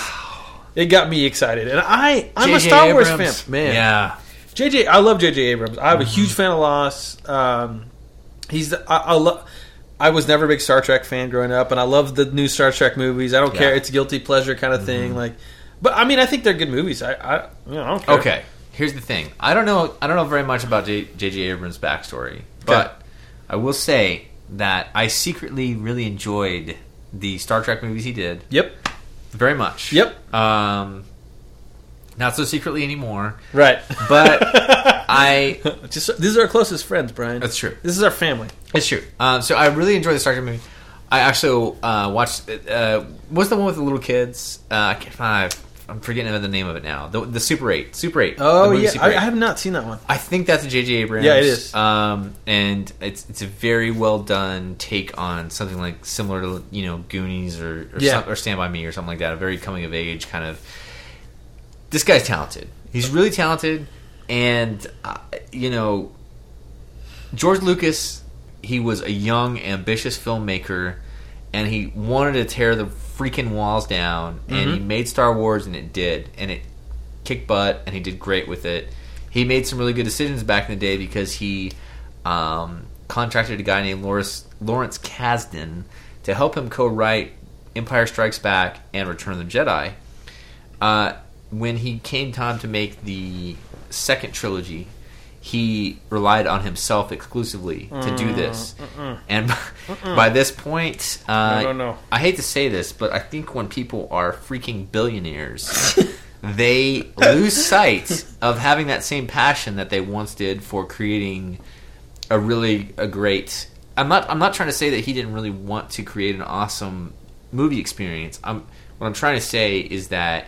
Speaker 2: it got me excited. And I, I'm a
Speaker 1: J.J.
Speaker 2: Star Wars
Speaker 1: Abrams.
Speaker 2: fan, man.
Speaker 1: Yeah.
Speaker 2: JJ, I love JJ Abrams. I'm a huge fan of Lost. Um, he's, the, I, I love. I was never a big Star Trek fan growing up, and I love the new Star Trek movies. I don't
Speaker 1: Yeah.
Speaker 2: care; it's a guilty pleasure kind of thing. Like, but I mean, I think they're good movies. I, I, you know, I don't care.
Speaker 1: Okay. Here's the thing. I don't know. I don't know very much about J- J.J. Abrams' backstory, but I will say that I secretly really enjoyed the Star Trek movies he did
Speaker 2: Yep.
Speaker 1: very much.
Speaker 2: Yep.
Speaker 1: Um, not so secretly anymore,
Speaker 2: [laughs] Right.
Speaker 1: but I.
Speaker 2: Just these are our closest friends, Brian.
Speaker 1: That's true.
Speaker 2: This is our family.
Speaker 1: It's true. Um, so I really enjoy the Star Trek movie. I actually uh, watched. Uh, what's the one with the little kids? Uh, I can't, I, I'm forgetting the name of it now. The, the Super Eight. Super Eight.
Speaker 2: Oh
Speaker 1: the movie
Speaker 2: yeah,
Speaker 1: Super
Speaker 2: I,
Speaker 1: 8.
Speaker 2: I have not seen that one.
Speaker 1: I think that's a J.J. Abrams.
Speaker 2: Yeah, it is.
Speaker 1: Um, and it's it's a very well done take on something like similar to you know Goonies or or,
Speaker 2: Yeah.
Speaker 1: some- or Stand by Me or something like that. A very coming of age kind of. This guy's talented. He's really talented, and uh, you know George Lucas. He was a young, ambitious filmmaker, and he wanted to tear the freaking walls down. And he made Star Wars, and it did, and it kicked butt, and he did great with it. He made some really good decisions back in the day because he um, contracted a guy named Lawrence, Lawrence Kasdan to help him co-write Empire Strikes Back and Return of the Jedi. Uh, when he came time to make the second trilogy, he relied on himself exclusively to
Speaker 2: Mm,
Speaker 1: do this. And [laughs] by this point, uh,
Speaker 2: I don't know.
Speaker 1: I hate to say this, but I think when people are freaking
Speaker 2: [laughs]
Speaker 1: billionaires, they lose sight of having that same passion that they once did for creating a really a great. I'm not. I'm not trying to say that he didn't really want to create an awesome movie experience. I'm. What I'm trying to say is that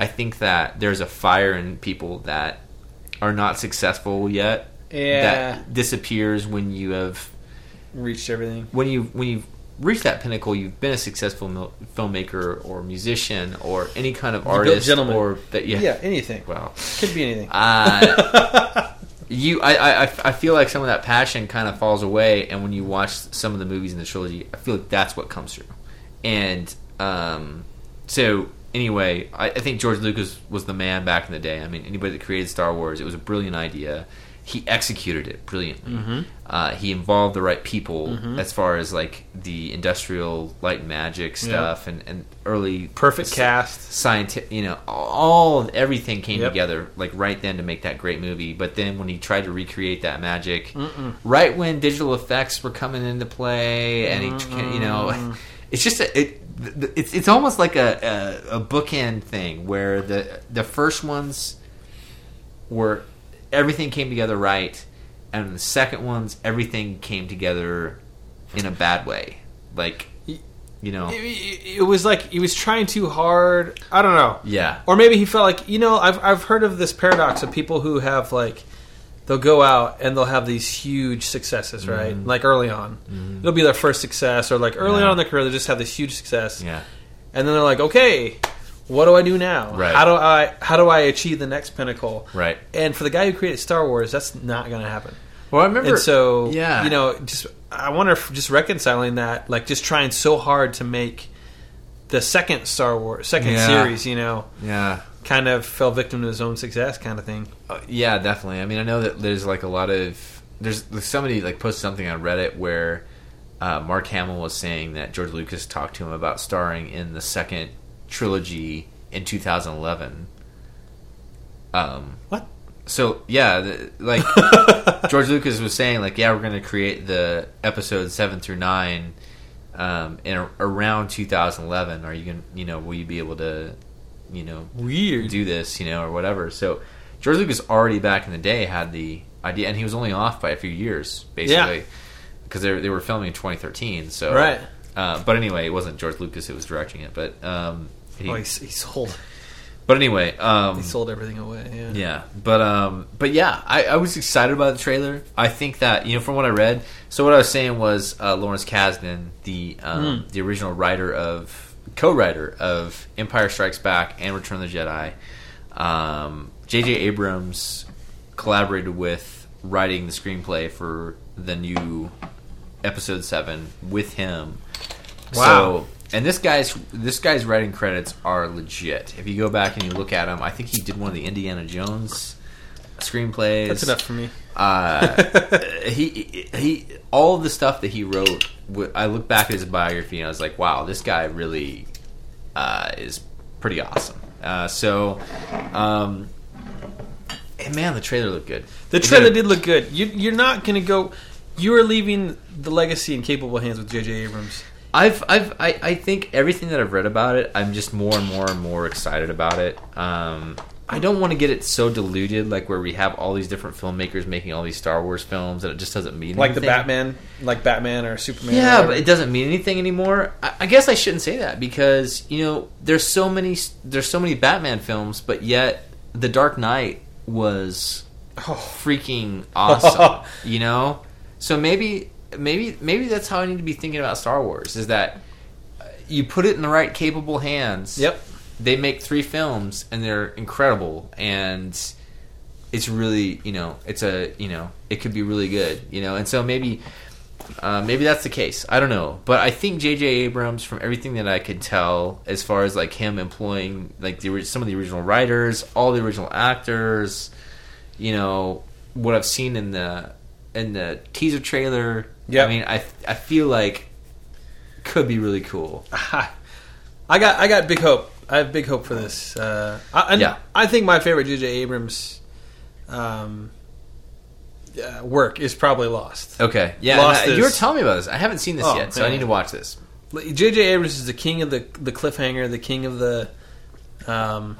Speaker 1: I think that there's a fire in people that are not successful yet.
Speaker 2: Yeah.
Speaker 1: That disappears when you have
Speaker 2: Reached everything.
Speaker 1: when you when you've reached that pinnacle, you've been a successful mil- filmmaker or musician or any kind of artist
Speaker 2: gentleman.
Speaker 1: or that yeah,
Speaker 2: Yeah, anything.
Speaker 1: well
Speaker 2: Could be anything. [laughs]
Speaker 1: uh, you I, I- I I feel like some of that passion kind of falls away, and when you watch some of the movies in the trilogy, I feel like that's what comes through. And um, so anyway, I, I think George Lucas was the man back in the day. I mean, anybody that created Star Wars, it was a brilliant idea. He executed it brilliantly. Uh, he involved the right people as far as like the industrial light and magic stuff and, and early
Speaker 2: Perfect
Speaker 1: s-
Speaker 2: cast.
Speaker 1: scientific, you know, all everything came
Speaker 2: Yep.
Speaker 1: together like right then to make that great movie. But then when he tried to recreate that magic, right when digital effects were coming into play, and he, can- you know, [laughs] it's just a, it, th- th- it's it's almost like a, a a bookend thing where the the first ones were everything came together right, and the second ones everything came together in a bad way, like you know,
Speaker 2: It, it was like he was trying too hard. I don't know.
Speaker 1: yeah.
Speaker 2: Or maybe he felt like you know I've I've heard of this paradox of people who have like they'll go out and they'll have these huge successes
Speaker 1: Mm-hmm.
Speaker 2: right like early on it'll be their first success or like early
Speaker 1: Yeah.
Speaker 2: on in their career they just have this huge success
Speaker 1: Yeah.
Speaker 2: and then they're like okay what do I do now
Speaker 1: Right.
Speaker 2: how do I how do I achieve the next pinnacle
Speaker 1: Right.
Speaker 2: and for the guy who created Star Wars that's not going to happen
Speaker 1: Well, I remember.
Speaker 2: and so
Speaker 1: yeah,
Speaker 2: you know just i wonder if just reconciling that like just trying so hard to make the second star wars second
Speaker 1: Yeah.
Speaker 2: series you know
Speaker 1: yeah,
Speaker 2: kind of fell victim to his own success kind of thing
Speaker 1: Uh, yeah, definitely. I mean, I know that there's like a lot of there's there's somebody like posted something on Reddit where uh, Mark Hamill was saying that George Lucas talked to him about starring in the second trilogy in 2011. Um,
Speaker 2: What?
Speaker 1: So yeah, the, like [laughs] George Lucas was saying, like yeah, we're going to create the episodes seven through nine um, in around 2011. Are you going? to You know, will you be able to? You know,
Speaker 2: weird
Speaker 1: do this, you know, or whatever. So George Lucas already back in the day had the idea, and he was only off by a few years, basically, because they, they were filming in 2013. So
Speaker 2: Right.
Speaker 1: uh, but anyway, it wasn't George Lucas who was directing it, but um, he,
Speaker 2: oh, he, s- he sold
Speaker 1: but anyway, um,
Speaker 2: he sold everything away yeah,
Speaker 1: yeah, but um, but yeah, I, I was excited about the trailer. I think that you know from what I read. So what I was saying was uh, Lawrence Kasdan, the um, the original writer of co-writer of Empire Strikes Back and Return of the Jedi. Um, J.J. Abrams collaborated with writing the screenplay for the new Episode Seven with him.
Speaker 2: Wow.
Speaker 1: So, and this guy's this guy's writing credits are legit. If you go back and you look at him, I think he did one of the Indiana Jones screenplays.
Speaker 2: that's enough for me
Speaker 1: Uh, he he, all of the stuff that he wrote. w- I look back at his biography and I was like, wow, this guy really uh, is pretty awesome. Uh, so, um, and man, the trailer looked good.
Speaker 2: the
Speaker 1: It
Speaker 2: trailer did look good you, you're not going to go you are leaving the legacy in capable hands with jj abrams
Speaker 1: I've, I've, I, I think everything that I've read about it, I'm just more and more and more excited about it. Um, I don't want to get it so diluted, like where we have all these different filmmakers making all these Star Wars films, and it just doesn't mean
Speaker 2: like the
Speaker 1: anything.
Speaker 2: Batman, like Batman or Superman. or
Speaker 1: Yeah,
Speaker 2: whatever.
Speaker 1: but it doesn't mean anything anymore. I, I guess I shouldn't say that because you know there's so many there's so many Batman films, but yet The Dark Knight was
Speaker 2: Oh. [laughs]
Speaker 1: freaking awesome. you know, so maybe maybe maybe that's how I need to be thinking about Star Wars is that uh, you put it in the right capable hands.
Speaker 2: Yep.
Speaker 1: They make three films and they're incredible and it's really you know it's a you know it could be really good you know and so maybe uh, maybe that's the case i don't know but i think jj abrams from everything that i could tell as far as like him employing like the ori- some of the original writers all the original actors you know what i've seen in the in the teaser trailer
Speaker 2: Yep.
Speaker 1: i mean i i feel like could be really cool
Speaker 2: Ah, I got I got big hope. I have big hope for this. Uh, I, and
Speaker 1: Yeah.
Speaker 2: I think my favorite J.J. Abrams um, uh, work is probably Lost.
Speaker 1: okay yeah
Speaker 2: Lost
Speaker 1: and I-
Speaker 2: is-
Speaker 1: you were telling me about this i haven't seen this
Speaker 2: Oh,
Speaker 1: yet so i
Speaker 2: man.
Speaker 1: need to watch this
Speaker 2: Like, J.J. Abrams is the king of the the cliffhanger, the king of the, um,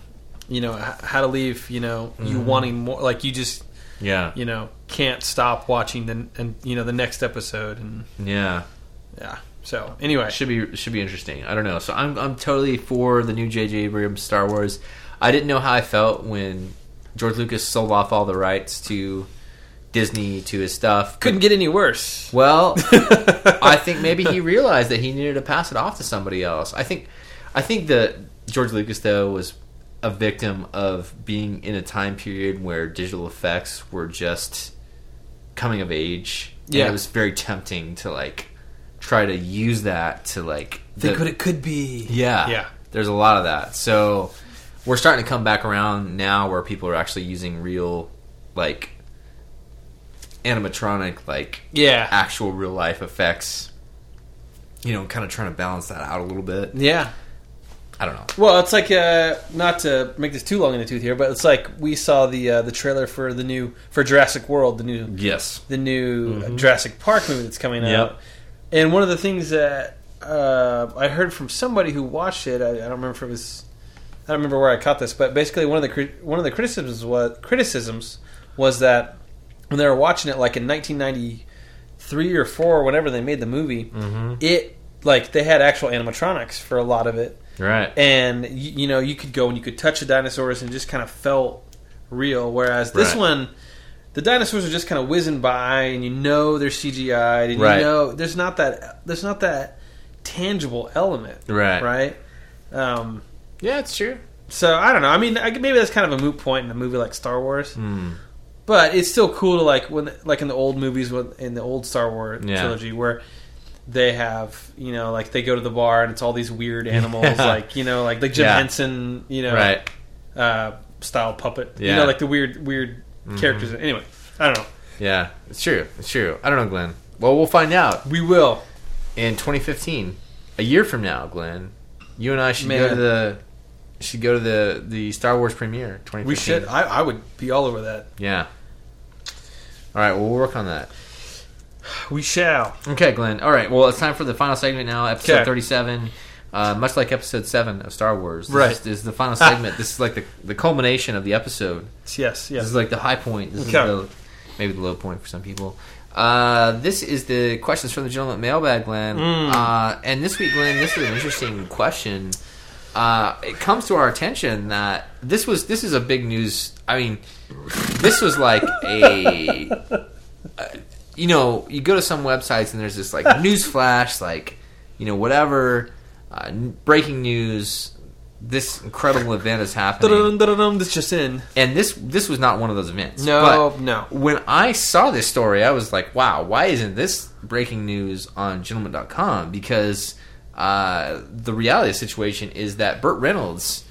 Speaker 2: you know, h- how to leave. You know, you
Speaker 1: Mm-hmm.
Speaker 2: wanting more. Like you just
Speaker 1: yeah
Speaker 2: you know can't stop watching the and you know the next episode and
Speaker 1: yeah
Speaker 2: yeah. So anyway,
Speaker 1: should be should be interesting. I don't know. So I'm I'm totally for the new J.J. Abrams Star Wars. I didn't know how I felt when George Lucas sold off all the rights to Disney to his stuff.
Speaker 2: couldn't get any worse. [laughs]
Speaker 1: Well, I think maybe he realized that he needed to pass it off to somebody else. I think I think that George Lucas though was a victim of being in a time period where digital effects were just coming of age. And
Speaker 2: Yeah.
Speaker 1: it was very tempting to like try to use that to like
Speaker 2: Think
Speaker 1: the-
Speaker 2: what it could be.
Speaker 1: yeah.
Speaker 2: Yeah.
Speaker 1: There's a lot of that. So we're starting to come back around now where people are actually using real like animatronic like
Speaker 2: Yeah.
Speaker 1: actual real life effects. You know, kind of trying to balance that out a little bit.
Speaker 2: Yeah.
Speaker 1: I don't know.
Speaker 2: Well, it's like uh, not to make this too long in the tooth here, but it's like we saw the uh, the trailer for the new for Jurassic World, the new
Speaker 1: Yes.
Speaker 2: the new Jurassic Park movie that's coming
Speaker 1: Yep.
Speaker 2: out. And one of the things that uh, I heard from somebody who watched it, I, I don't remember if it was, I don't remember where I caught this, but basically one of the cri- one of the criticisms was criticisms was that when they were watching it, like in 1993 or four, whenever they made the movie, it like they had actual animatronics for a lot of it
Speaker 1: Right.
Speaker 2: and you, you know you could go and you could touch the dinosaurs and it just kind of felt real whereas this
Speaker 1: Right.
Speaker 2: one the dinosaurs are just kind of whizzing by and you know they're CGI and
Speaker 1: Right.
Speaker 2: you know there's not that there's not that tangible element
Speaker 1: Right.
Speaker 2: right um
Speaker 1: Yeah, it's true.
Speaker 2: so I don't know. I mean, I, maybe that's kind of a moot point in a movie like Star Wars,
Speaker 1: Hmm.
Speaker 2: but it's still cool to like when, like in the old movies, with, in the old Star Wars
Speaker 1: Yeah.
Speaker 2: trilogy, where they have you know like they go to the bar and it's all these weird
Speaker 1: [laughs]
Speaker 2: animals,
Speaker 1: Yeah.
Speaker 2: like you know like like Jim
Speaker 1: Yeah.
Speaker 2: Henson, you know,
Speaker 1: Right.
Speaker 2: uh, style puppet, you
Speaker 1: Yeah. Mm-hmm.
Speaker 2: know, like the weird weird characters. Anyway, I don't know.
Speaker 1: Yeah. It's true. It's true. I don't know, Glenn. Well, we'll find out
Speaker 2: We will.
Speaker 1: in 2015, a year from now, Glenn. You and I should go
Speaker 2: Man.
Speaker 1: to the should go to the the Star Wars premiere. 2015.
Speaker 2: We should. I, I would be all over that.
Speaker 1: Yeah. All right, we'll work on that.
Speaker 2: We shall.
Speaker 1: Okay, Glenn. All right, well, it's time for the final segment now, episode
Speaker 2: Okay.
Speaker 1: 37. Uh, much like episode 7 of Star Wars. This
Speaker 2: Right.
Speaker 1: Is, this is the final segment. this is like the, the culmination of the episode.
Speaker 2: Yes.
Speaker 1: This
Speaker 2: Yes.
Speaker 1: is like the high point. This
Speaker 2: Okay.
Speaker 1: is the, maybe the low point for some people. Uh, this is the questions from the gentleman mailbag, Glenn. Uh, and this week, Glenn, this is an interesting question. Uh, it comes to our attention that this was this is a big news. I mean, this was like a [laughs] you know, you go to some websites and there's this like news flash, like you know, whatever uh, n- breaking news. This incredible event is happening,
Speaker 2: Dun, dun, dun, dun, That's just in.
Speaker 1: and this this was not one of those events.
Speaker 2: No.
Speaker 1: But
Speaker 2: no.
Speaker 1: when I saw this story, I was like, "Wow, why isn't this breaking news on Gentleman.com?" Because uh, the reality of the situation is that Burt Reynolds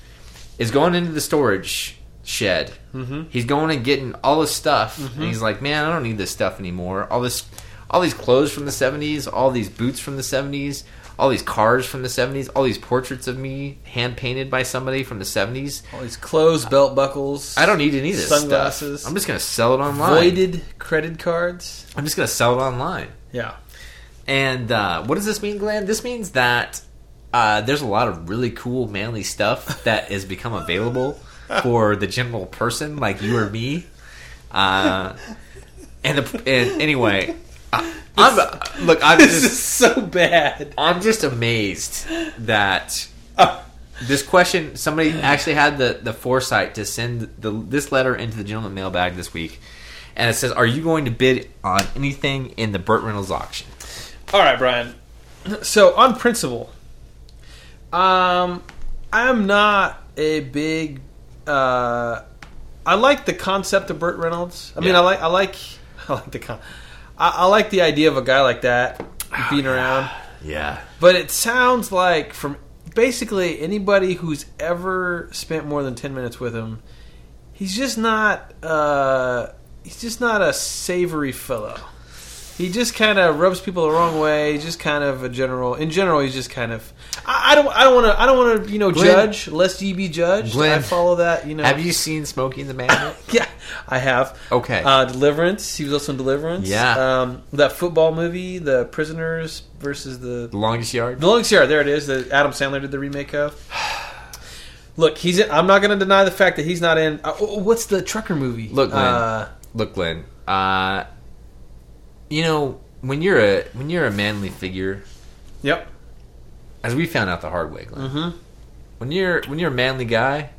Speaker 1: is going into the storage shed. Mm-hmm. He's going and getting all his stuff,
Speaker 2: Mm-hmm.
Speaker 1: and he's like, "Man, I don't need this stuff anymore. All this, all these clothes from the '70s, all these boots from the '70s, all these cars from the '70s, all these portraits of me hand painted by somebody from the '70s.
Speaker 2: All these clothes, belt buckles.
Speaker 1: I don't need any of this
Speaker 2: Sunglasses.
Speaker 1: stuff. I'm just going to sell it online.
Speaker 2: voided credit cards.
Speaker 1: I'm just going to sell it online."
Speaker 2: Yeah. [laughs]
Speaker 1: And uh, what does this mean, Glenn? This means [laughs] that uh, there's a lot of really cool manly stuff that has become available for the general person like you or me. Uh, and the and anyway, I, I'm look. I'm
Speaker 2: [laughs] This is
Speaker 1: just
Speaker 2: so bad.
Speaker 1: I'm just amazed that
Speaker 2: Oh,
Speaker 1: this question somebody actually had the, the foresight to send the, this letter into the gentleman mailbag this week and it says are you going to bid on anything in the burt reynolds auction
Speaker 2: all right, Brian. So on principle, um, I'm not a big. Uh, I like the concept of Burt Reynolds. I mean,
Speaker 1: Yeah.
Speaker 2: I like I like [laughs] I like the con- I, I like the idea of a guy like that being around.
Speaker 1: yeah
Speaker 2: But it sounds like from basically anybody who's ever spent more than ten minutes with him, he's just not. Uh, he's just not a savory fellow. He just kind of rubs people the wrong way. He's just kind of a general. In general, he's just kind of. I, I don't. I don't want to. I don't want to. You know,
Speaker 1: Glenn-
Speaker 2: judge lest you be judged. I
Speaker 1: Glenn,
Speaker 2: follow that. You know.
Speaker 1: have you seen smoking the bandit
Speaker 2: [laughs] Yeah, I have.
Speaker 1: Okay.
Speaker 2: Uh, Deliverance. He was also in Deliverance.
Speaker 1: Yeah.
Speaker 2: Um, that football movie, The Prisoners versus the
Speaker 1: the longest yard
Speaker 2: the Longest Yard. There it is. That Adam Sandler did the remake of. [sighs] Look, he's. In, I'm not going to deny the fact that he's not in. Uh, oh, what's the trucker movie?
Speaker 1: Look, Glenn.
Speaker 2: uh,
Speaker 1: look glenn uh, you know when you're a when you're a manly figure
Speaker 2: yep.
Speaker 1: as we found out the hard way glenn when you're when you're a manly guy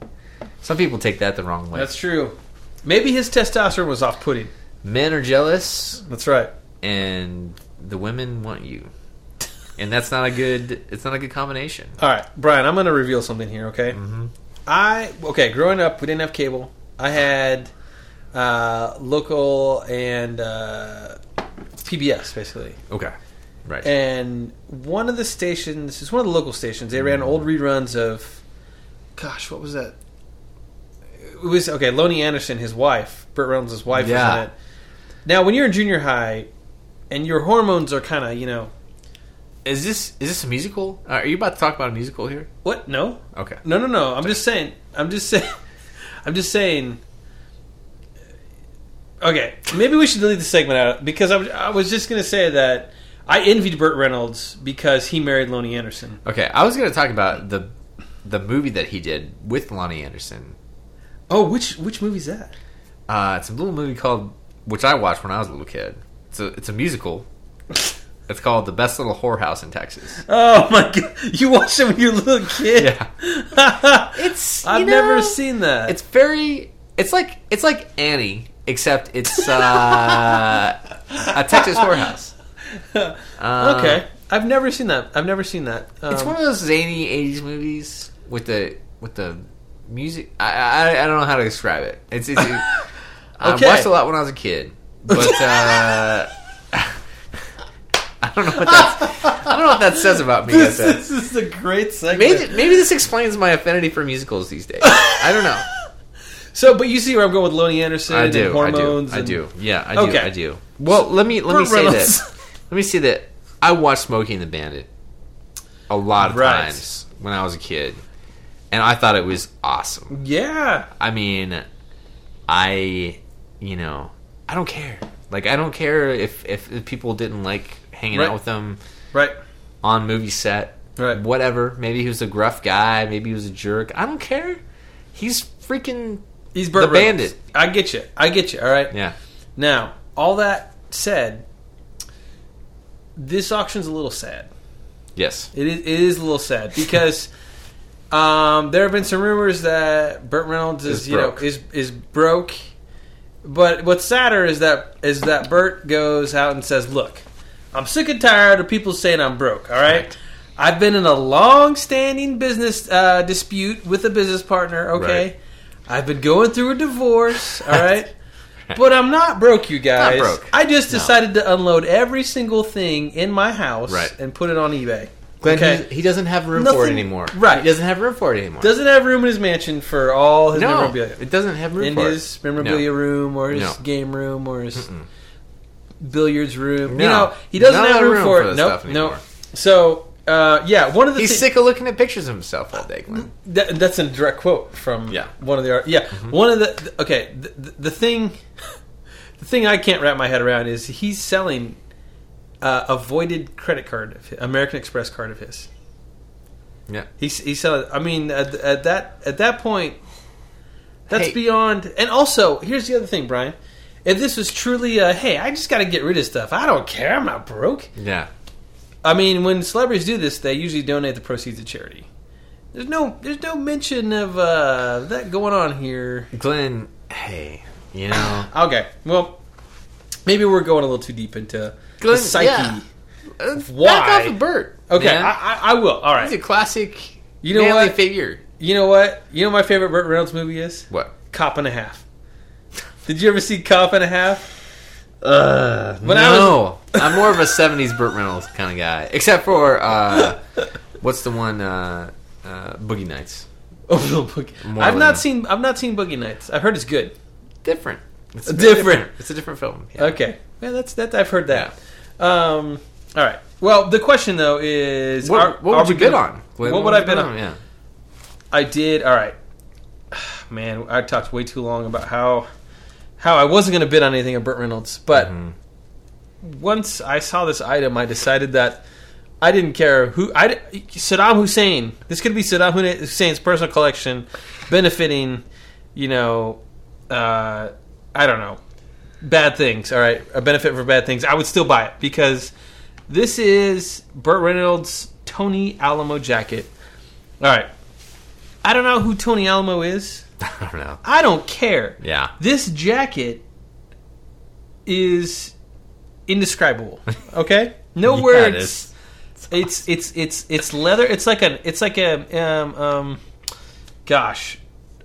Speaker 1: some people take that the wrong way
Speaker 2: That's true. Maybe his testosterone was off-putting.
Speaker 1: men are jealous
Speaker 2: That's right.
Speaker 1: and the women want you. And that's not a good. It's not a good combination.
Speaker 2: All right, Brian. I'm going to reveal something here. Okay. Mm-hmm. I okay. Growing up, we didn't have cable. I had uh, local and uh, PBS basically.
Speaker 1: Okay, right.
Speaker 2: Eh. and one of the stations it's one of the local stations they ran old reruns of gosh what was that it was okay lonnie anderson his wife burt reynolds' wife was
Speaker 1: Yeah.
Speaker 2: in it now when you're in junior high and your hormones are kind of you know
Speaker 1: is this is this a musical? Uh, are you about to talk about a musical here?
Speaker 2: what no
Speaker 1: Okay.
Speaker 2: no no no i'm just saying i'm just saying [laughs] i'm just saying okay maybe we should delete the segment out because I was, I was just going to say that i envied burt reynolds because he married lonnie anderson
Speaker 1: Okay. I was going to talk about the the movie that he did with Lonnie Anderson.
Speaker 2: Oh, which which movie's that?
Speaker 1: Uh, it's a little movie called which I watched when I was a little kid. It's a it's a musical. It's called The Best Little Whorehouse in Texas.
Speaker 2: Oh my god, you watched it when you were a little kid. [laughs]
Speaker 1: Yeah.
Speaker 2: it's
Speaker 1: It's,
Speaker 2: I've
Speaker 1: you
Speaker 2: never
Speaker 1: know,
Speaker 2: seen that.
Speaker 1: It's very. It's like it's like Annie, except it's uh, a Texas
Speaker 2: [laughs]
Speaker 1: whorehouse. Uh,
Speaker 2: okay. I've never seen that. I've never seen that. Um,
Speaker 1: It's one of those zany '80s movies with the with the music. I I, I don't know how to describe it. It's,
Speaker 2: [laughs]
Speaker 1: it's I
Speaker 2: Okay.
Speaker 1: watched a lot when I was a kid, but uh, [laughs] I don't know what that's, I don't know what that says about me.
Speaker 2: [laughs] [laughs] this,
Speaker 1: but, uh,
Speaker 2: this is a great segment.
Speaker 1: maybe maybe this explains my affinity for musicals these days. I don't know.
Speaker 2: So, but you see where I'm going with Lonnie Anderson
Speaker 1: I
Speaker 2: and
Speaker 1: do. I do.
Speaker 2: hormones.
Speaker 1: I
Speaker 2: and-
Speaker 1: do. Yeah, I do.
Speaker 2: Okay.
Speaker 1: I do. Well, let me let me
Speaker 2: Burt
Speaker 1: say
Speaker 2: Reynolds.
Speaker 1: that. Let me say that I watched Smokey and the Bandit a lot of
Speaker 2: Right.
Speaker 1: times when I was a kid, and I thought it was awesome.
Speaker 2: [laughs] Yeah.
Speaker 1: I mean, I you know I don't care. Like I don't care if if, if people didn't like hanging
Speaker 2: Right.
Speaker 1: out with him
Speaker 2: Right.
Speaker 1: on movie set,
Speaker 2: Right.
Speaker 1: whatever. Maybe he was a gruff guy. Maybe he was a jerk. I don't care. He's freaking
Speaker 2: He's Burt
Speaker 1: The
Speaker 2: Reynolds.
Speaker 1: Bandit.
Speaker 2: I get you. I get you. All right.
Speaker 1: yeah.
Speaker 2: Now, all that said, this auction's a little sad.
Speaker 1: Yes.
Speaker 2: It is, it is a little
Speaker 1: [laughs]
Speaker 2: sad because um, there have been some rumors that Burt Reynolds is,
Speaker 1: Is
Speaker 2: you know
Speaker 1: broke.
Speaker 2: is is broke. But what's sadder is that is that Burt goes out and says, "Look, I'm sick and tired of people saying I'm broke. All right,
Speaker 1: Right.
Speaker 2: I've been in a long-standing business uh, dispute with a business partner. Okay,
Speaker 1: Right.
Speaker 2: I've been going through a divorce.
Speaker 1: [laughs]
Speaker 2: All right." But I'm not broke, you guys.
Speaker 1: broke.
Speaker 2: I just
Speaker 1: No.
Speaker 2: decided to unload every single thing in my house
Speaker 1: Right.
Speaker 2: and put it on eBay.
Speaker 1: Glenn,
Speaker 2: Okay.
Speaker 1: he's- he doesn't have room for it
Speaker 2: Nothing-
Speaker 1: anymore.
Speaker 2: right.
Speaker 1: He doesn't have room for it anymore.
Speaker 2: doesn't have room in his mansion for all his
Speaker 1: no,
Speaker 2: memorabilia.
Speaker 1: it doesn't have room
Speaker 2: In
Speaker 1: for
Speaker 2: his
Speaker 1: it.
Speaker 2: memorabilia
Speaker 1: No.
Speaker 2: room or his
Speaker 1: No.
Speaker 2: game room or his billiards room.
Speaker 1: No.
Speaker 2: You know, he doesn't
Speaker 1: Not
Speaker 2: have room, for it.
Speaker 1: this
Speaker 2: Nope,
Speaker 1: stuff
Speaker 2: nope.
Speaker 1: anymore.
Speaker 2: So, uh, yeah, one of the
Speaker 1: He's
Speaker 2: thi-
Speaker 1: sick of looking at pictures of himself all day, Glenn.
Speaker 2: that, that's a direct quote from
Speaker 1: Yeah. Mm-hmm.
Speaker 2: one of the art. Yeah, one of the th- okay. The, the, the thing, [laughs] the thing I can't wrap my head around is he's selling uh, a voided credit card, of his, American Express card of his.
Speaker 1: Yeah.
Speaker 2: He's he's selling. I mean, at, at that at that point, That's
Speaker 1: Hey.
Speaker 2: beyond. And also, here's the other thing, Brian. If this was truly, a, hey, I just got to get rid of stuff. I don't care. I'm not broke.
Speaker 1: Yeah.
Speaker 2: I mean, when celebrities do this, they usually donate the proceeds to charity. There's no, there's no mention of uh, that going on here.
Speaker 1: Glenn, hey, you know,
Speaker 2: Okay, well, maybe we're going a little too deep into
Speaker 1: Glenn,
Speaker 2: [sighs] the psyche.
Speaker 1: yeah. Uh,
Speaker 2: Why?
Speaker 1: Back off of Bert.
Speaker 2: Okay,
Speaker 1: man.
Speaker 2: I, I, I will. All
Speaker 1: he's a
Speaker 2: right.
Speaker 1: classic.
Speaker 2: You know
Speaker 1: manly
Speaker 2: what?
Speaker 1: Figure.
Speaker 2: You know what? You know what my favorite Burt Reynolds movie is
Speaker 1: What?
Speaker 2: Cop and a Half. Did you ever see Cop and a Half?
Speaker 1: Uh,
Speaker 2: When I
Speaker 1: no, [laughs] I'm more of a '70s Burt Reynolds kind of guy, except for uh, what's the one uh, uh, Boogie Nights?
Speaker 2: Oh, no, Boogie.
Speaker 1: More
Speaker 2: I've
Speaker 1: than
Speaker 2: not
Speaker 1: that.
Speaker 2: seen. I've not seen Boogie Nights. I've heard it's good.
Speaker 1: Different. It's a bit
Speaker 2: Different.
Speaker 1: It's a different film. Yeah.
Speaker 2: Okay. Yeah, that's that. I've heard that. Um. All right. Well, the question though is,
Speaker 1: What,
Speaker 2: are-
Speaker 1: what
Speaker 2: are
Speaker 1: would
Speaker 2: we
Speaker 1: you bid
Speaker 2: gonna-
Speaker 1: on? Glenn?
Speaker 2: What would
Speaker 1: would
Speaker 2: I
Speaker 1: you
Speaker 2: bid on?
Speaker 1: Yeah. [laughs]
Speaker 2: I did. All right. [sighs] Man, I talked way too long about how how I wasn't going to bid on anything of Burt Reynolds, but once I saw this item, I decided that I didn't care who. I di- Saddam Hussein. This could be Saddam Hussein's personal collection, benefiting, you know, uh, I don't know, bad things. All right, a benefit for bad things. I would still buy it because this is Burt Reynolds' Tony Alamo jacket. All right. I don't know who Tony Alamo is.
Speaker 1: I don't know.
Speaker 2: I don't care.
Speaker 1: Yeah.
Speaker 2: This jacket is
Speaker 1: [laughs]
Speaker 2: indescribable. Okay? No
Speaker 1: Yeah, it
Speaker 2: words.
Speaker 1: is.
Speaker 2: It's it's it's it's leather. It's like an it's like a um um gosh.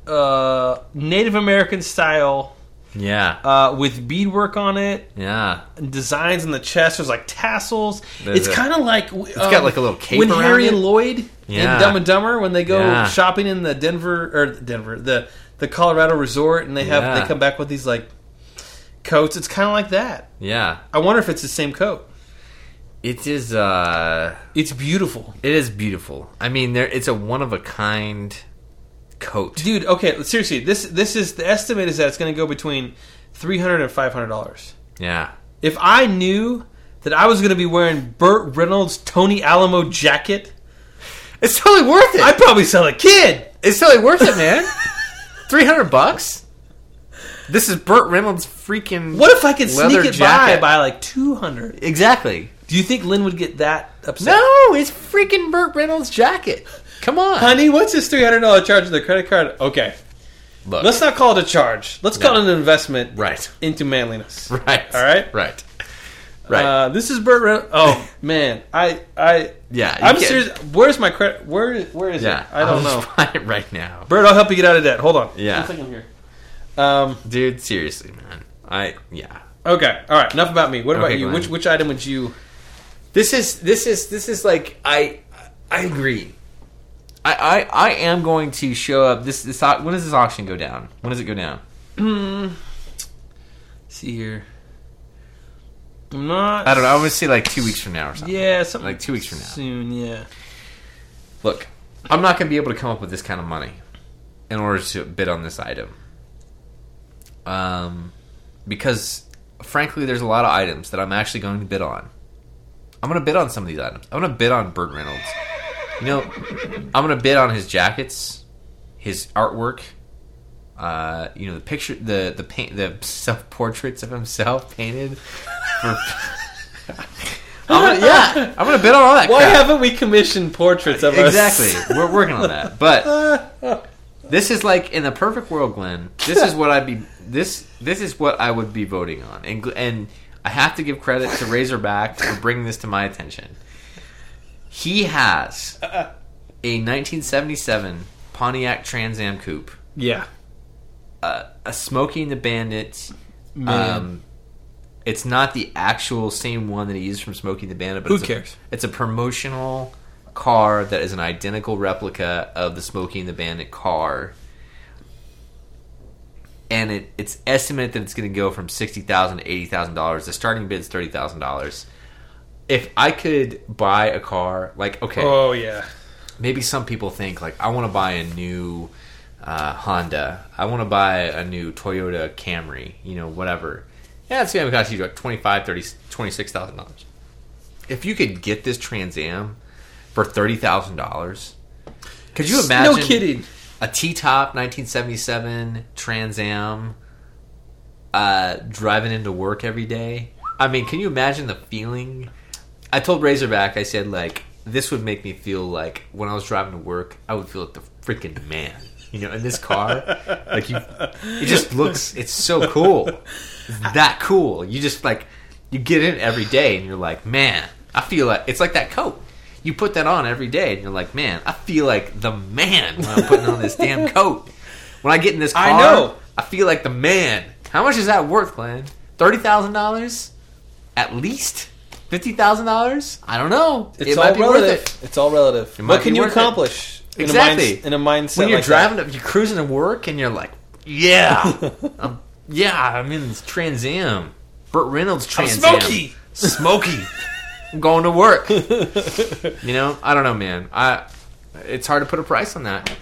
Speaker 2: Uh Native American style
Speaker 1: Yeah.
Speaker 2: uh with beadwork on it
Speaker 1: yeah.
Speaker 2: and designs in the chest there's like tassels
Speaker 1: There's
Speaker 2: it's
Speaker 1: a-
Speaker 2: kind of like it's
Speaker 1: got like a little cape
Speaker 2: when
Speaker 1: around
Speaker 2: harry and
Speaker 1: it.
Speaker 2: lloyd
Speaker 1: Yeah.
Speaker 2: in dumb and dumber when they go
Speaker 1: Yeah.
Speaker 2: shopping in the denver or denver the the colorado resort and they have
Speaker 1: Yeah.
Speaker 2: they come back with these like coats it's kind of like that
Speaker 1: Yeah.
Speaker 2: i wonder if it's the same coat
Speaker 1: It is. Uh,
Speaker 2: it's beautiful
Speaker 1: it is beautiful. I mean, there. It's a one of a kind coat.
Speaker 2: dude okay seriously this this is the estimate is that it's going to go between 300 and 500 dollars
Speaker 1: Yeah.
Speaker 2: if i knew that i was going to be wearing burt reynolds tony alamo jacket
Speaker 1: It's totally worth it.
Speaker 2: i'd probably sell a kid
Speaker 1: [laughs] It's totally worth it, man. Three hundred bucks. This is Burt Reynolds' freaking.
Speaker 2: What if I could sneak
Speaker 1: leather
Speaker 2: it
Speaker 1: jacket.
Speaker 2: by by like two hundred?
Speaker 1: Exactly.
Speaker 2: Do you think Lynn would get that upset?
Speaker 1: No, it's freaking Burt Reynolds' jacket. Come on.
Speaker 2: honey. What's this three hundred dollar charge on the credit card? Okay,
Speaker 1: Look.
Speaker 2: let's not call it a charge. Let's call it an investment
Speaker 1: right. [laughs]
Speaker 2: into manliness.
Speaker 1: Right.
Speaker 2: All right?
Speaker 1: Right. Right.
Speaker 2: Uh, this is Burt. Re- [laughs] oh man, I I
Speaker 1: Yeah, you
Speaker 2: I'm
Speaker 1: can't-
Speaker 2: serious. Where's my credit? Where where is
Speaker 1: yeah.
Speaker 2: it? I [laughs]
Speaker 1: [laughs]
Speaker 2: don't
Speaker 1: I'll
Speaker 2: know.
Speaker 1: just Find it right now,
Speaker 2: Bert, I'll help you get out of debt. Hold on.
Speaker 1: Yeah.
Speaker 2: I think I'm here. Um.
Speaker 1: dude. Seriously, man. I yeah.
Speaker 2: Okay. All right. Enough about me. What about
Speaker 1: Okay,
Speaker 2: you?
Speaker 1: Glenn.
Speaker 2: Which which item would you?
Speaker 1: This is this is this is like I I agree. I I, I am going to show up. This this au- when does this auction go down? When does it go down?
Speaker 2: Hmm. See here. I'm not.
Speaker 1: I don't know. I want to say like two weeks from now or something.
Speaker 2: Yeah, something
Speaker 1: Like two weeks from now.
Speaker 2: Soon, yeah.
Speaker 1: Look, I'm not going to be able to come up with this kind of money in order to bid on this item. Um, because frankly, there's a lot of items that I'm actually going to bid on. I'm going to bid on some of these items. I'm going to bid on Burt Reynolds. You know, I'm going to bid on his jackets, his artwork. Uh, you know the picture, the the paint, the self portraits of himself painted. For, [laughs] I'm gonna, yeah, I'm gonna bid on all that.
Speaker 2: Why
Speaker 1: crap
Speaker 2: haven't we commissioned portraits of us?
Speaker 1: exactly. We're working on that. But
Speaker 2: [laughs]
Speaker 1: this is like in the perfect world, Glenn. This is what I'd be this this is what I would be voting on. And Gl- and I have to give credit to Razorback for bringing this to my attention. He has
Speaker 2: Uh-uh.
Speaker 1: a 1977 Pontiac Trans Am coupe,
Speaker 2: Yeah.
Speaker 1: uh, a Smokey and the Bandit. Um, it's not the actual same one that he used from Smokey and the Bandit, but
Speaker 2: Who
Speaker 1: it's a-
Speaker 2: cares?
Speaker 1: it's a promotional car that is an identical replica of the Smokey and the Bandit car. And it, it's estimated that it's going to go from sixty thousand to eighty thousand dollars. The starting bid is thirty thousand dollars. If I could buy a car, like okay,
Speaker 2: Oh yeah.
Speaker 1: maybe some people think like I want to buy a new uh, Honda, I want to buy a new Toyota Camry, you know, whatever. Yeah, it's gonna cost you like twenty five, thirty, twenty six thousand dollars. If you could get this Trans Am for thirty thousand dollars, could you imagine?
Speaker 2: No kidding.
Speaker 1: a T top 1977 Trans Am, uh, driving into work every day. I mean, can you imagine the feeling? I told Razorback, I said, like, this would make me feel like when I was driving to work, I would feel like the freaking man. You know, in this car, like you, it
Speaker 2: [laughs]
Speaker 1: just looks, it's so cool. It's that cool. You just like, you get in every day and you're like, man, I feel like, it's like that coat. You put that on every day and you're like, man, I feel like the man when I'm putting on this
Speaker 2: [laughs]
Speaker 1: damn coat. When I get in this car,
Speaker 2: I know.
Speaker 1: I feel like the man. How much is that worth, Glenn? Thirty thousand dollars, at least fifty thousand dollars. I don't know.
Speaker 2: It's all relative.
Speaker 1: it.
Speaker 2: It's all relative.
Speaker 1: might
Speaker 2: What can
Speaker 1: be
Speaker 2: you
Speaker 1: worth it.
Speaker 2: accomplish
Speaker 1: Exactly.
Speaker 2: in a, mind, in a mindset?
Speaker 1: When you're
Speaker 2: like that?
Speaker 1: driving, up, you're cruising to work, and you're like,
Speaker 2: [laughs]
Speaker 1: yeah, I'm, yeah, I'm in this Trans Am, Burt Reynolds Trans Am,
Speaker 2: smoky.
Speaker 1: smoky. I'm going to
Speaker 2: [laughs]
Speaker 1: work. you know, I don't know, man. I it's hard to put a price on
Speaker 2: Uh,
Speaker 1: that.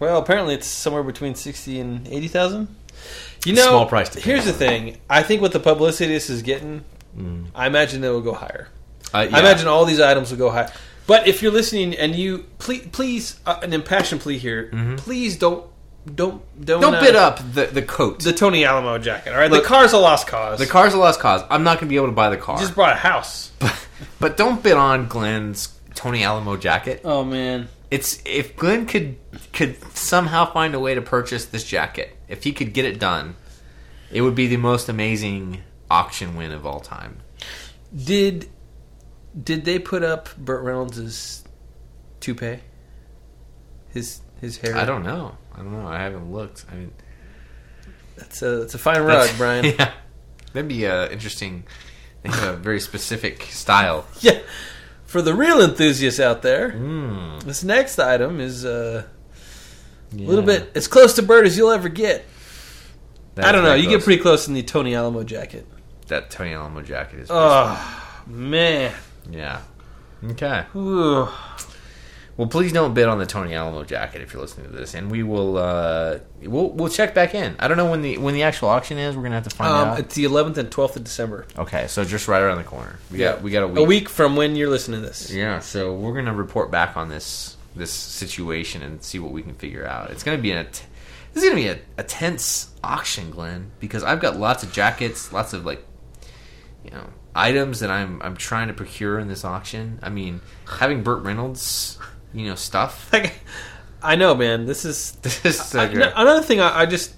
Speaker 2: Well, apparently it's somewhere between sixty and eighty thousand. You know,
Speaker 1: Small price to pay.
Speaker 2: Here's the thing: I think with the publicity this is getting,
Speaker 1: Mm.
Speaker 2: I imagine it will go higher.
Speaker 1: Uh, yeah.
Speaker 2: I imagine all these items will go high. But if you're listening and you please, please uh, an impassioned plea here, please don't don't
Speaker 1: Mm-hmm.
Speaker 2: don't
Speaker 1: don't
Speaker 2: uh,
Speaker 1: bid up the the coat.
Speaker 2: the
Speaker 1: The,
Speaker 2: Tony Alamo jacket. All right,
Speaker 1: Look,
Speaker 2: the car's a lost cause. The
Speaker 1: car's a lost cause. I'm not going to be able to buy the car.
Speaker 2: just bought a house.
Speaker 1: [laughs] But don't bid on Glenn's Tony Alamo jacket.
Speaker 2: Oh man,
Speaker 1: It's if Glenn could could somehow find a way to purchase this jacket, if he could get it done, it would be the most amazing auction win of all time.
Speaker 2: did did they put up Burt Reynolds' toupee? His his hair.
Speaker 1: I don't know. I don't know. I haven't looked. I mean,
Speaker 2: That's a that's a fine rug,
Speaker 1: [laughs]
Speaker 2: Brian.
Speaker 1: yeah, that'd be uh, interesting. They have a very specific style.
Speaker 2: yeah. For the real enthusiasts out there,
Speaker 1: Hmm. Mm-hmm.
Speaker 2: this next item is uh, a little bit as close to bird as you'll ever get. I don't know. You get pretty close in the Tony Alamo jacket.
Speaker 1: that Tony Alamo jacket is.
Speaker 2: Oh man.
Speaker 1: yeah. Okay.
Speaker 2: Ooh.
Speaker 1: Well, please don't bid on the Tony Alamo jacket if you're listening to this, and we will uh, we'll we'll check back in. I don't know when the when the actual auction is. We're gonna have to find
Speaker 2: Um,
Speaker 1: out.
Speaker 2: it's the 11th and 12th of December.
Speaker 1: okay, so just right around the corner. We got we got a week.
Speaker 2: A week from when you're listening to this.
Speaker 1: Yeah, so we're gonna report back on this this situation and see what we can figure out. It's gonna be an att- this is gonna be a, a tense auction, Glenn, because I've got lots of jackets, lots of like you know items that I'm I'm trying to procure in this auction. I mean, having Burt Reynolds, you know, stuff. [laughs]
Speaker 2: Like, I know, man. This is
Speaker 1: This is so
Speaker 2: I-
Speaker 1: great.
Speaker 2: no, another thing. I, I just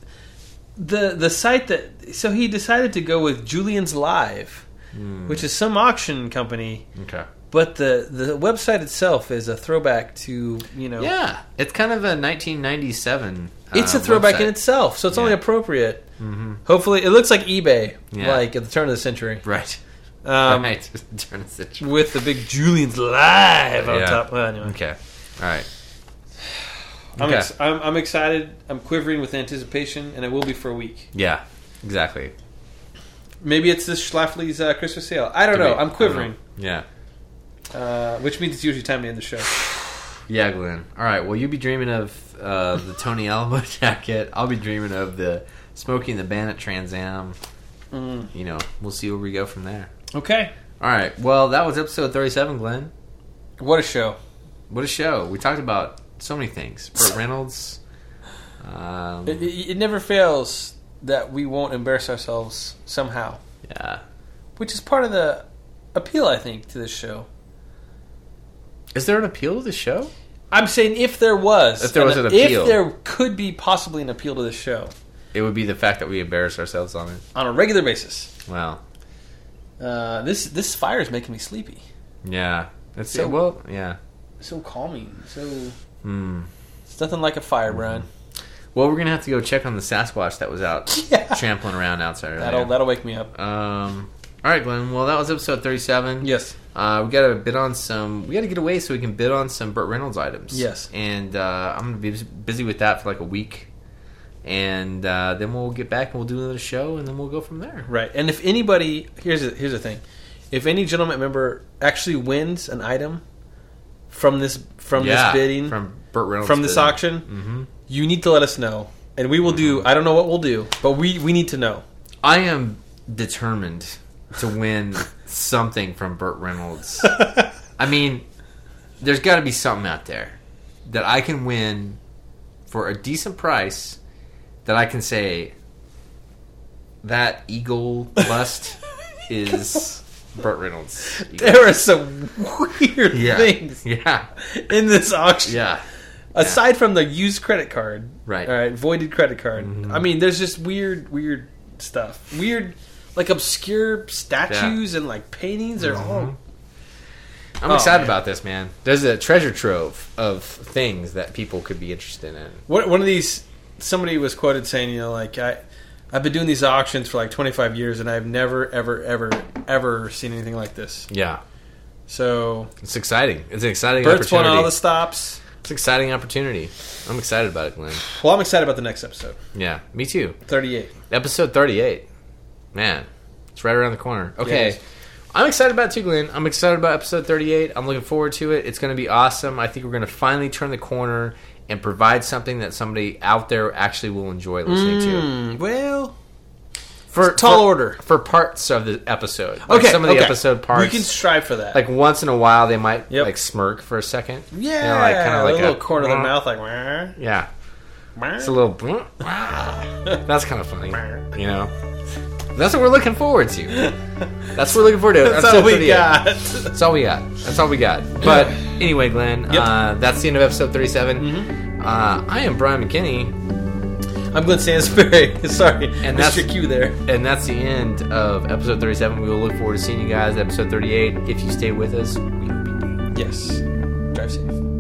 Speaker 2: the the site that so he decided to go with Julian's Live,
Speaker 1: Hmm.
Speaker 2: which is some auction company,
Speaker 1: Okay.
Speaker 2: but the the website itself is a throwback to you know
Speaker 1: Yeah, it's kind of a 1997.
Speaker 2: it's
Speaker 1: uh,
Speaker 2: a throwback
Speaker 1: website.
Speaker 2: in itself, so it's only
Speaker 1: Yeah. Mm-hmm.
Speaker 2: appropriate. Hopefully, it looks like eBay,
Speaker 1: Yeah.
Speaker 2: like at the turn of the century,
Speaker 1: [laughs] right. [laughs]
Speaker 2: um,
Speaker 1: right. Turn the situation.
Speaker 2: with the big Julian's Live on
Speaker 1: Yeah.
Speaker 2: top. Well, anyway,
Speaker 1: Okay. All right.
Speaker 2: I'm,
Speaker 1: Okay.
Speaker 2: ex- I'm I'm excited. I'm quivering with anticipation, and it will be for a week.
Speaker 1: Yeah. Exactly.
Speaker 2: Maybe it's this Schlafly's uh, Christmas sale. I don't
Speaker 1: Could
Speaker 2: know.
Speaker 1: be.
Speaker 2: I'm quivering.
Speaker 1: I don't know. Yeah.
Speaker 2: Uh, which means it's usually time to end the show.
Speaker 1: Yeah, Glenn. All right. Well, you be dreaming of uh, the Tony [laughs] Alamo jacket. I'll be dreaming of the Smokey and the Bandit Trans Am.
Speaker 2: Mm.
Speaker 1: You know, we'll see where we go from there.
Speaker 2: Okay.
Speaker 1: All right. Well, that was episode 37, Glenn.
Speaker 2: What a show.
Speaker 1: What a show. We talked about so many things. Burt
Speaker 2: [laughs]
Speaker 1: Reynolds. Um,
Speaker 2: It, it, it never fails that we won't embarrass ourselves somehow,
Speaker 1: yeah.
Speaker 2: which is part of the appeal, I think, to this show.
Speaker 1: Is there an appeal to the show?
Speaker 2: I'm saying if there was.
Speaker 1: If there was an appeal.
Speaker 2: If there could be possibly an appeal to this show
Speaker 1: It would be the fact that we embarrass ourselves on it.
Speaker 2: on a regular basis.
Speaker 1: Wow.
Speaker 2: Uh, this this fire is making me sleepy.
Speaker 1: Yeah. It's
Speaker 2: Yeah.
Speaker 1: so well. Yeah.
Speaker 2: So calming. So
Speaker 1: Hmm.
Speaker 2: it's nothing like a fire, Brian.
Speaker 1: Well, we're gonna have to go check on the Sasquatch that was [laughs] out
Speaker 2: Yeah.
Speaker 1: trampling around outside.
Speaker 2: That'll
Speaker 1: earlier.
Speaker 2: that'll wake me up.
Speaker 1: Um. All right, Glenn. Well, that was episode thirty-seven.
Speaker 2: Yes.
Speaker 1: Uh, we got to bid on some. We got to get away so we can bid on some Burt Reynolds items.
Speaker 2: Yes.
Speaker 1: And uh, I'm gonna be busy with that for like a week, and uh, then we'll get back and we'll do another show, and then we'll go from there.
Speaker 2: Right. And if anybody here's a, here's the thing, if any gentleman member actually wins an item from this from
Speaker 1: Yeah,
Speaker 2: this bidding from,
Speaker 1: from Burt Reynolds
Speaker 2: this
Speaker 1: bidding. Mm-hmm.
Speaker 2: auction, you need to let us know, and we will do. I don't know what we'll do, but we we need to know.
Speaker 1: I am determined to
Speaker 2: [laughs]
Speaker 1: win something from Burt Reynolds. I mean, there's got to be something out there that I can win for a decent price that I can say that eagle bust is
Speaker 2: [laughs]
Speaker 1: Burt Reynolds. eagle.
Speaker 2: There are some [laughs] weird
Speaker 1: Yeah.
Speaker 2: things
Speaker 1: Yeah.
Speaker 2: [laughs] in this auction.
Speaker 1: Yeah.
Speaker 2: Aside from the used credit card,
Speaker 1: Right. Mm-hmm.
Speaker 2: All right, voided credit card. I mean, there's just weird, weird stuff. Weird, like obscure statues and like paintings. They're
Speaker 1: Mm-hmm.
Speaker 2: all
Speaker 1: I'm
Speaker 2: Oh,
Speaker 1: excited
Speaker 2: man.
Speaker 1: about this, man. There's a treasure trove of things that people could be interested in.
Speaker 2: What, one of these, somebody was quoted saying, you know, like I, I've been doing these auctions for like 25 years, and I've never, ever, ever, ever seen anything like this.
Speaker 1: Yeah.
Speaker 2: So
Speaker 1: It's exciting. It's an exciting
Speaker 2: Bert's won
Speaker 1: opportunity.
Speaker 2: all the stops.
Speaker 1: It's an exciting opportunity. I'm excited about it, Glenn.
Speaker 2: Well, I'm excited about the next episode,
Speaker 1: Yeah, me too.
Speaker 2: 38.
Speaker 1: Episode 38. Man, it's right around the corner. Okay.
Speaker 2: Yes.
Speaker 1: I'm excited about it too, Glenn. I'm excited about episode 38. I'm looking forward to it. It's going to be awesome. I think we're going to finally turn the corner and provide something that somebody out there actually will enjoy listening to.
Speaker 2: Well,
Speaker 1: For
Speaker 2: Mm. tall
Speaker 1: for-
Speaker 2: order.
Speaker 1: for parts of the episode. Like
Speaker 2: okay,
Speaker 1: some of the
Speaker 2: okay.
Speaker 1: episode parts.
Speaker 2: We can strive for that.
Speaker 1: like once in a while, they might
Speaker 2: Yep.
Speaker 1: like smirk for a second. You know,
Speaker 2: yeah,
Speaker 1: like, kinda
Speaker 2: a
Speaker 1: like
Speaker 2: little corner of their
Speaker 1: "Wah."
Speaker 2: mouth, like. "Wah,
Speaker 1: Yeah,
Speaker 2: wah."
Speaker 1: It's a little. "Mm, That's kind of funny, you know. That's what we're looking forward to. That's uh, what we're looking forward to.
Speaker 2: [laughs] That's
Speaker 1: Episode
Speaker 2: all we
Speaker 1: 38.
Speaker 2: got. [laughs]
Speaker 1: That's all we got. That's all we got. But anyway, Glenn,
Speaker 2: Yep. Mm-hmm.
Speaker 1: uh, that's the end of episode 37. Uh, I am Brian McKinney,
Speaker 2: I'm Glenn Sansbury. [laughs] Sorry,
Speaker 1: And that's-
Speaker 2: Mr. Q there.
Speaker 1: and that's the end of episode 37. We will look forward to seeing you guys at episode 38. If you stay with us, we hope you do.
Speaker 2: Yes. Drive safe.